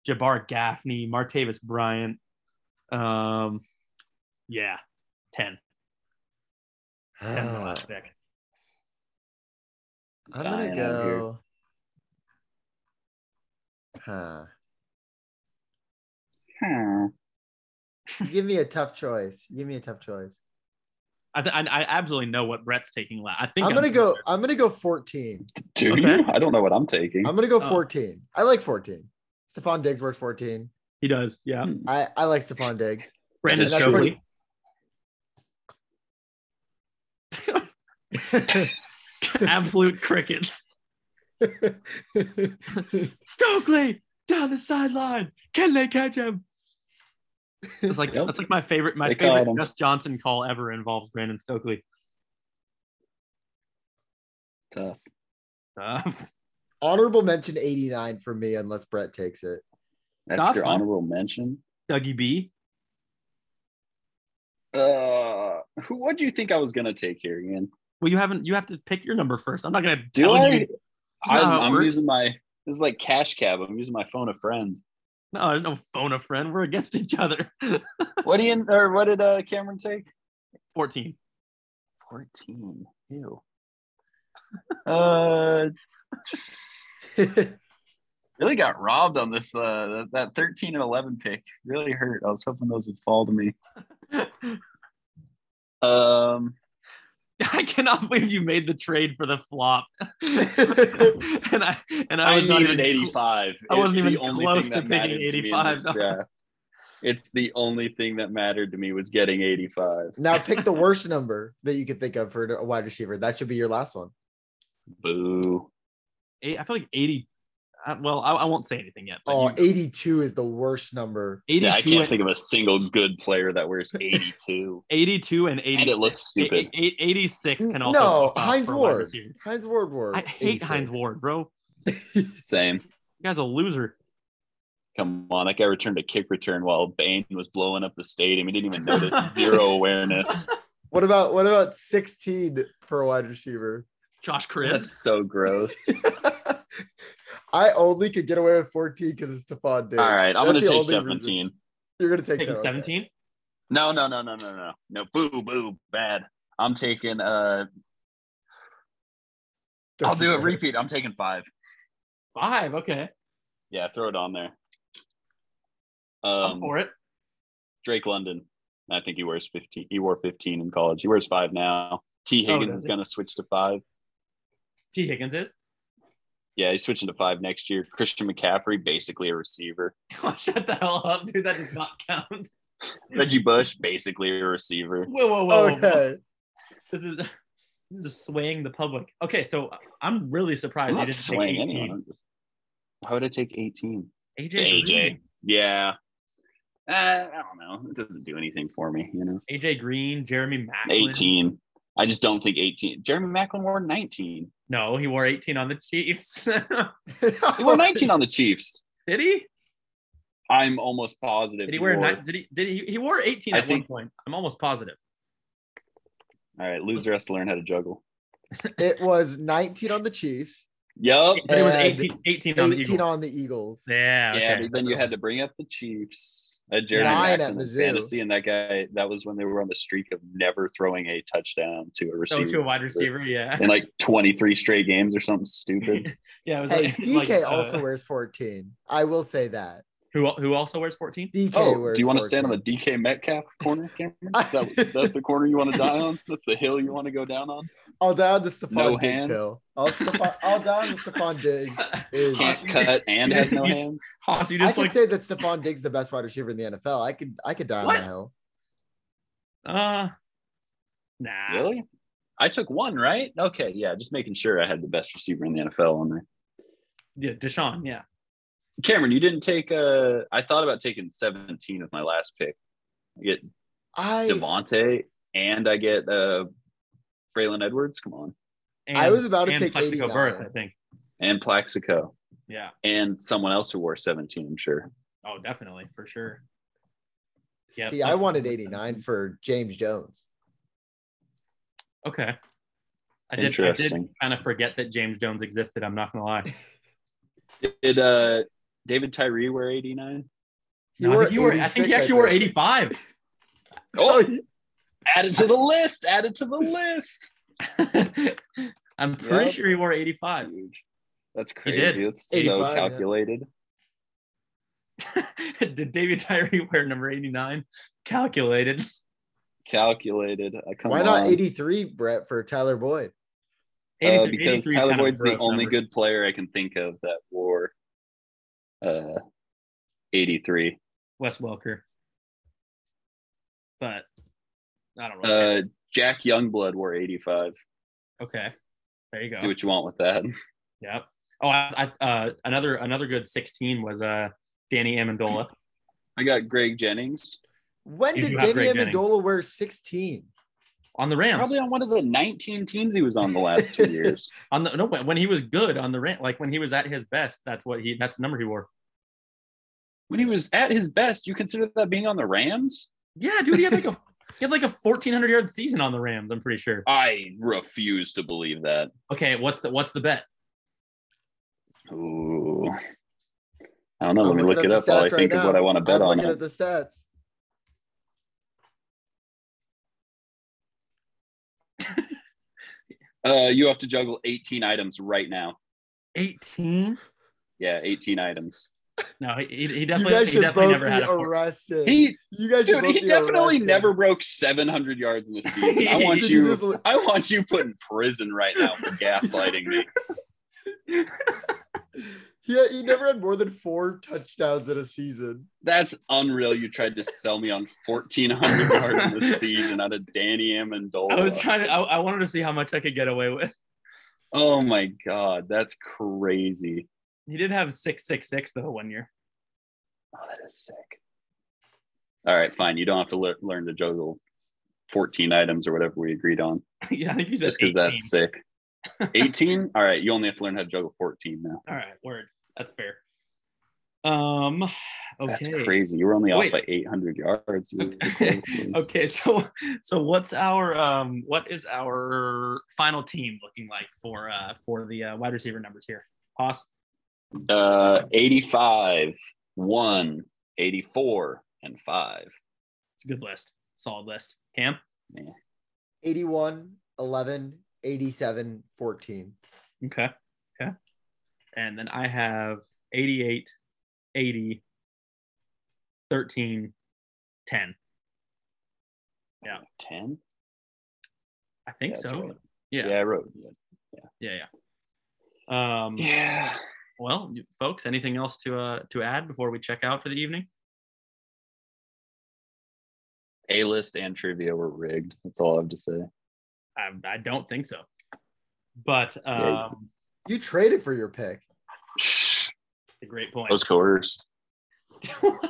A: Jabar Gaffney, Martavis Bryant. Um, yeah, 10. 10 my
C: Ah,
A: last pick.
C: I'm gonna
B: Dying out here.
C: go. Huh.
B: Hmm.
C: Give me a tough choice. Give me a tough choice.
A: I, th- I, I absolutely know what Brett's taking last. I think
C: I'm gonna go. I'm gonna go 14.
B: Do
A: Okay.
B: you? I don't know what I'm taking.
C: I'm gonna go
A: Oh.
C: 14. I like 14. Stephon Diggs wears 14.
A: He does. Yeah.
B: Hmm.
C: I I like Stephon Diggs. (laughs)
A: Brandon
C: that's
A: Scobie.
C: (laughs)
A: Absolute crickets. Stokely down the sideline. Can they catch him? It's like
B: Yep.
A: that's like my favorite. My
B: They caught
A: favorite
B: him.
A: Gus Johnson call ever involves Brandon Stokely.
B: Tough.
A: Uh, (laughs)
C: Honorable mention 89 for me, unless Brett takes it. (laughs)
B: That's
A: Not
B: your
A: fun.
B: honorable mention.
A: Dougie B.
B: Uh, who? What do you think I was gonna take here, Ian?
A: Well, you haven't. You have to pick your number first. I'm not gonna
B: Do
A: tell
B: I?
A: you. not how
B: I'm,
A: it
B: I'm
A: works.
B: using my. This is like cash cab. I'm using my phone a friend.
A: No, there's no phone a friend. We're against each other. (laughs)
B: What Ian or what did uh, Cameron take?
A: 14.
B: Fourteen. Ew. (laughs) Uh, really got robbed on this. Uh, that, that thirteen and eleven pick really hurt. I was hoping those would fall to
A: (laughs)
B: me. Um,
A: (laughs) I cannot believe you made the trade for the flop. (laughs) and I and I
B: I,
A: was
B: needed
A: not even
B: 85.
A: I wasn't
B: It's the
A: even
B: only
A: close
B: thing
A: to
B: that
A: picking
B: mattered me in
A: 85.
B: this draft. It's the only thing that mattered to me was getting 85.
C: now pick the worst number that you could think of for a wide receiver. That should be your last one.
B: Boo.
A: Eight, I feel like 80. uh, well, I, I won't say anything yet.
C: Oh,
A: But you-
C: 82 is the worst number.
A: 82,
B: Yeah, I
A: and-
B: can't think of a single good player that (laughs) wears 82.
A: 82 and 86.
B: and it looks stupid.
A: A- a- 86 can
C: N-
A: also.
C: no,
A: work out
C: Heinz
A: for a wide
C: Ward.
A: receiver.
C: Heinz Ward wore.
A: I hate
C: 86.
A: Heinz Ward, bro.
B: Same.
A: You guy's a loser.
B: Come on, that guy returned a kick return while Bain was blowing up the stadium. He didn't even (laughs) notice. Zero awareness.
C: What about what about 16 for a wide receiver?
A: Josh
B: That's
A: Cribs.
B: so
C: (laughs)
B: gross.
C: I only could get away with 14 because it's Stephon Diggs.
B: All right, I'm
C: That's
B: going to
C: the
B: take
C: only
B: 17.
C: reason. You're gonna take
A: Taking
C: that, okay.
A: 17.
B: No, no, no, no, no, no, no. Boo, boo, bad. I'm taking. Uh,
C: Don't
B: I'll do
C: (laughs)
B: a
C: that.
B: repeat. I'm taking five.
A: Five. Okay.
B: Yeah, throw it on there.
A: I'm
B: Um,
A: for it.
B: Drake London. I think he wears 15. He wore 15 in college. He wears five now. T.
A: Oh,
B: Higgins
A: does
B: is
A: he?
B: going to switch to five.
A: T. Higgins is. (laughs)
B: Yeah, he's switching to five next year. Christian McCaffrey, basically a receiver.
A: Shut the hell up, dude. That does not (laughs) count.
B: Reggie Bush, basically a receiver.
A: Whoa, whoa, whoa. whoa.
C: Okay.
A: This is this is swaying the public. Okay, so I'm really
B: I'm
A: surprised you
B: not
A: didn't take
B: swaying anyone.
A: 18.
B: I'm just- Why would I take 18?
A: AJ.
B: AJ.
A: Green.
B: Yeah. Uh, I don't know. It doesn't do anything for me, you know.
A: AJ Green, Jeremy Macklin.
B: 18. I just don't think 18. Jeremy Macklin wore 19.
A: No, he wore 18 on the Chiefs. (laughs)
B: He wore 19 on the Chiefs.
A: did he?
B: I'm almost positive.
A: Did he wear
B: wore-
A: nine? Did he? Did he? He wore 18
B: I
A: at
B: think-
A: one point. I'm almost positive.
B: All right, loser has to learn how to juggle.
C: (laughs) It was 19 on the Chiefs,
B: Yup.
A: But it was
C: And
A: 18, 18 on the
C: 18
A: Eagles.
C: Uh, on the Eagles.
A: yeah. Okay.
B: Yeah, but then you had to bring up the Chiefs. Uh, Jeremy
C: Nine
B: Macklin
C: at
B: was
C: Mizzou.
B: fantasy, and that guy, that was when they were on the streak of never throwing a touchdown to a
A: so
B: receiver.
A: to a wide receiver. Yeah.
B: In like 23 straight games or
A: (laughs)
B: something stupid. (laughs)
A: yeah. It was
C: Hey,
A: like, (laughs)
C: DK
A: like, uh,
C: also wears 14. I will say that.
A: who who also wears 14?
C: DK
B: oh,
C: wears
B: do you want to stand on the
C: 14.
B: DK Metcalf corner, Cameron? Is that, that's the corner you want to die on? That's the hill you want to go down on?
C: I'll down the Stephon
B: No
C: Diggs
B: hands?
C: hill. I'll, Stephon, I'll down the
A: (laughs)
C: Stephon Diggs. Is, I
B: Can't cut and has (laughs) no hands?
A: Haas, Oh, you
C: could
A: just like
C: say that Stephon Diggs is the best wide receiver in the NFL. I could I could die on
A: What?
C: that hill.
A: uh nah.
B: Really? I took one, right? Okay, yeah, just making sure I had the best receiver in the NFL on there.
A: Yeah, Deshaun, yeah.
B: Cameron, you didn't take. Uh, I thought about taking 17 with my last pick. I get
C: I
B: Devonte and I get uh, Braylon Edwards. Come on,
C: I was about to
A: and
C: take
A: Plexico
C: 89.
A: Burris, I think.
B: and Plaxico
A: Yeah.
B: and someone else who wore 17. I'm sure.
A: Oh, definitely, for sure. Yep.
C: see. I wanted 89 for James Jones.
A: Okay. I did, I did
B: Interesting.
A: kind of forget that James Jones existed. I'm not gonna lie.
B: Did uh, David Tyree wear 89?
A: No, I, think he wore, I think he
C: 86,
A: actually wore
C: think.
A: 85.
B: Oh, added to the list. Added to the list.
A: (laughs) I'm pretty
B: Yep.
A: sure he wore 85.
B: Huge. That's
A: He did.
B: crazy. That's
C: 85,
B: so
C: yeah.
B: calculated.
A: (laughs) Did David Tyree (laughs) wear number 89? Calculated.
B: Oh,
A: (laughs)
B: Calculated. Uh, come
C: Why not
B: on.
C: 83, Brett, for Tyler Boyd?
B: Uh,
A: 83
B: because
A: 83 is
B: Tyler
A: kind of
B: Boyd's the
A: gross
B: only
A: number.
B: good player I can think of that wore uh, 83.
A: Wes Welker. But I don't know.
B: Uh, Jack Youngblood wore 85.
A: okay. There you go.
B: Do what you want with that.
A: Yep. Oh, I, I, uh, another another good 16 was uh, Danny Amendola.
B: I got Greg Jennings,
C: When
A: You
C: did
A: do have
C: Danny
A: Greg Jennings.
C: Amendola wear 16?
A: on the Rams.
B: probably on one of the 19 teams he was on the last
C: (laughs)
B: two years.
A: On the no, when when he was good on the Rams, like when he was at his best, that's what he that's the number he wore.
B: When he was at his best, you consider that being on the Rams?
A: Yeah, dude, he had like a (laughs) he had like a 1400 yard season on the Rams. I'm pretty sure.
B: I refuse to believe that.
A: Okay, what's the what's the bet?
B: Ooh. I don't know.
C: I'm
B: Let me
C: looking
B: look it
C: at the
B: up while I
C: stats right
B: think of
C: now.
B: what I want to bet
C: I'm
B: on.
C: looking
B: it.
C: at the stats.
B: Uh, you have to juggle 18 items right now.
A: 18.
B: Yeah, 18 items.
A: No, he, he he
C: You
A: definitely
C: guys
A: he
C: should
A: definitely
C: both be
A: never had a four-
C: arrested.
B: He,
C: you guys should
B: dude,
C: both
B: he
C: be
B: definitely (laughs)
C: arrested.
B: never broke 700 yards
C: (laughs)
B: in a season. I want
C: Did
B: you.
C: just look-
B: I want you put in prison right now for gaslighting me.
C: he, he never had more than four touchdowns in a season.
B: That's unreal. You tried to sell me on
A: (laughs)
B: 1,400 yards in the season out of Danny Amendola.
A: I was trying to I, I wanted to see how much I could get away with. (laughs)
B: oh my God, that's crazy.
A: He did have 666 though one year. (laughs)
B: Oh, that is sick. All right, fine. You don't have to lear- learn to juggle 14 items or whatever we agreed on,
A: yeah, I think you said
B: just
A: 18.
B: because that's sick.
A: (laughs)
B: 18? All right, you only have to learn how to juggle 14 now.
A: All right, word. That's fair. Um, okay.
B: That's
A: (laughs)
B: crazy. You were only off
A: Wait.
B: by 800 yards. You were
A: Okay. (laughs)
B: close, dude.
A: Okay, so so what's our um what is our final team looking like for uh for the uh, wide receiver numbers here? Haas,
B: Uh, 85, 1, 84, and 5.
A: it's a good list, solid list. Cam,
C: 81, 11, 87, 14.
A: okay, okay, and then I have 88, 80, 13, 10. Yeah.
B: 10?
A: I think
B: That's
A: so.
B: right.
A: Yeah.
B: Yeah. I wrote. yeah.
A: yeah, yeah. Um,
B: Yeah.
A: Well, you- folks, anything else to uh, to add before we check out for the evening?
B: A list and trivia were rigged. That's all I have to say.
A: I, I don't think so. But
B: Yeah.
A: um,
C: You traded for your pick.
A: it's a great point.
B: I was coerced.
A: (laughs) that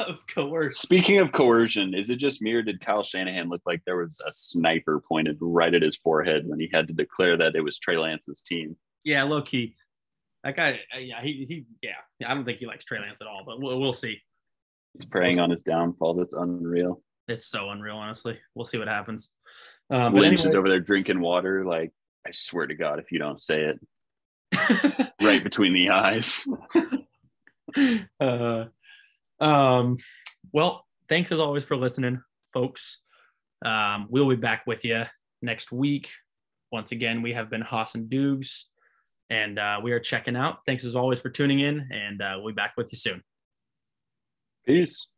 A: was coerced.
B: Speaking of coercion, is it just me or did Kyle Shanahan look like there was a sniper pointed right at his forehead when he had to declare that it was Trey Lance's team?
A: Yeah, low key. That guy, uh, yeah, he, he, yeah. I don't think he likes Trey Lance at all, but we'll, we'll see.
B: He's preying on his downfall. That's unreal.
A: It's so unreal, honestly. We'll see what happens. Uh, but
B: Lynch
A: anyways,
B: is over there drinking water. Like, I swear to God, if you don't say it right between the eyes.
A: (laughs) uh, um, well, thanks as always for listening, folks. Um, we'll be back with you next week. Once again, we have been Haas and Dukes, and uh, we are checking out. Thanks as always for tuning in, and uh, we'll be back with you soon.
B: Peace.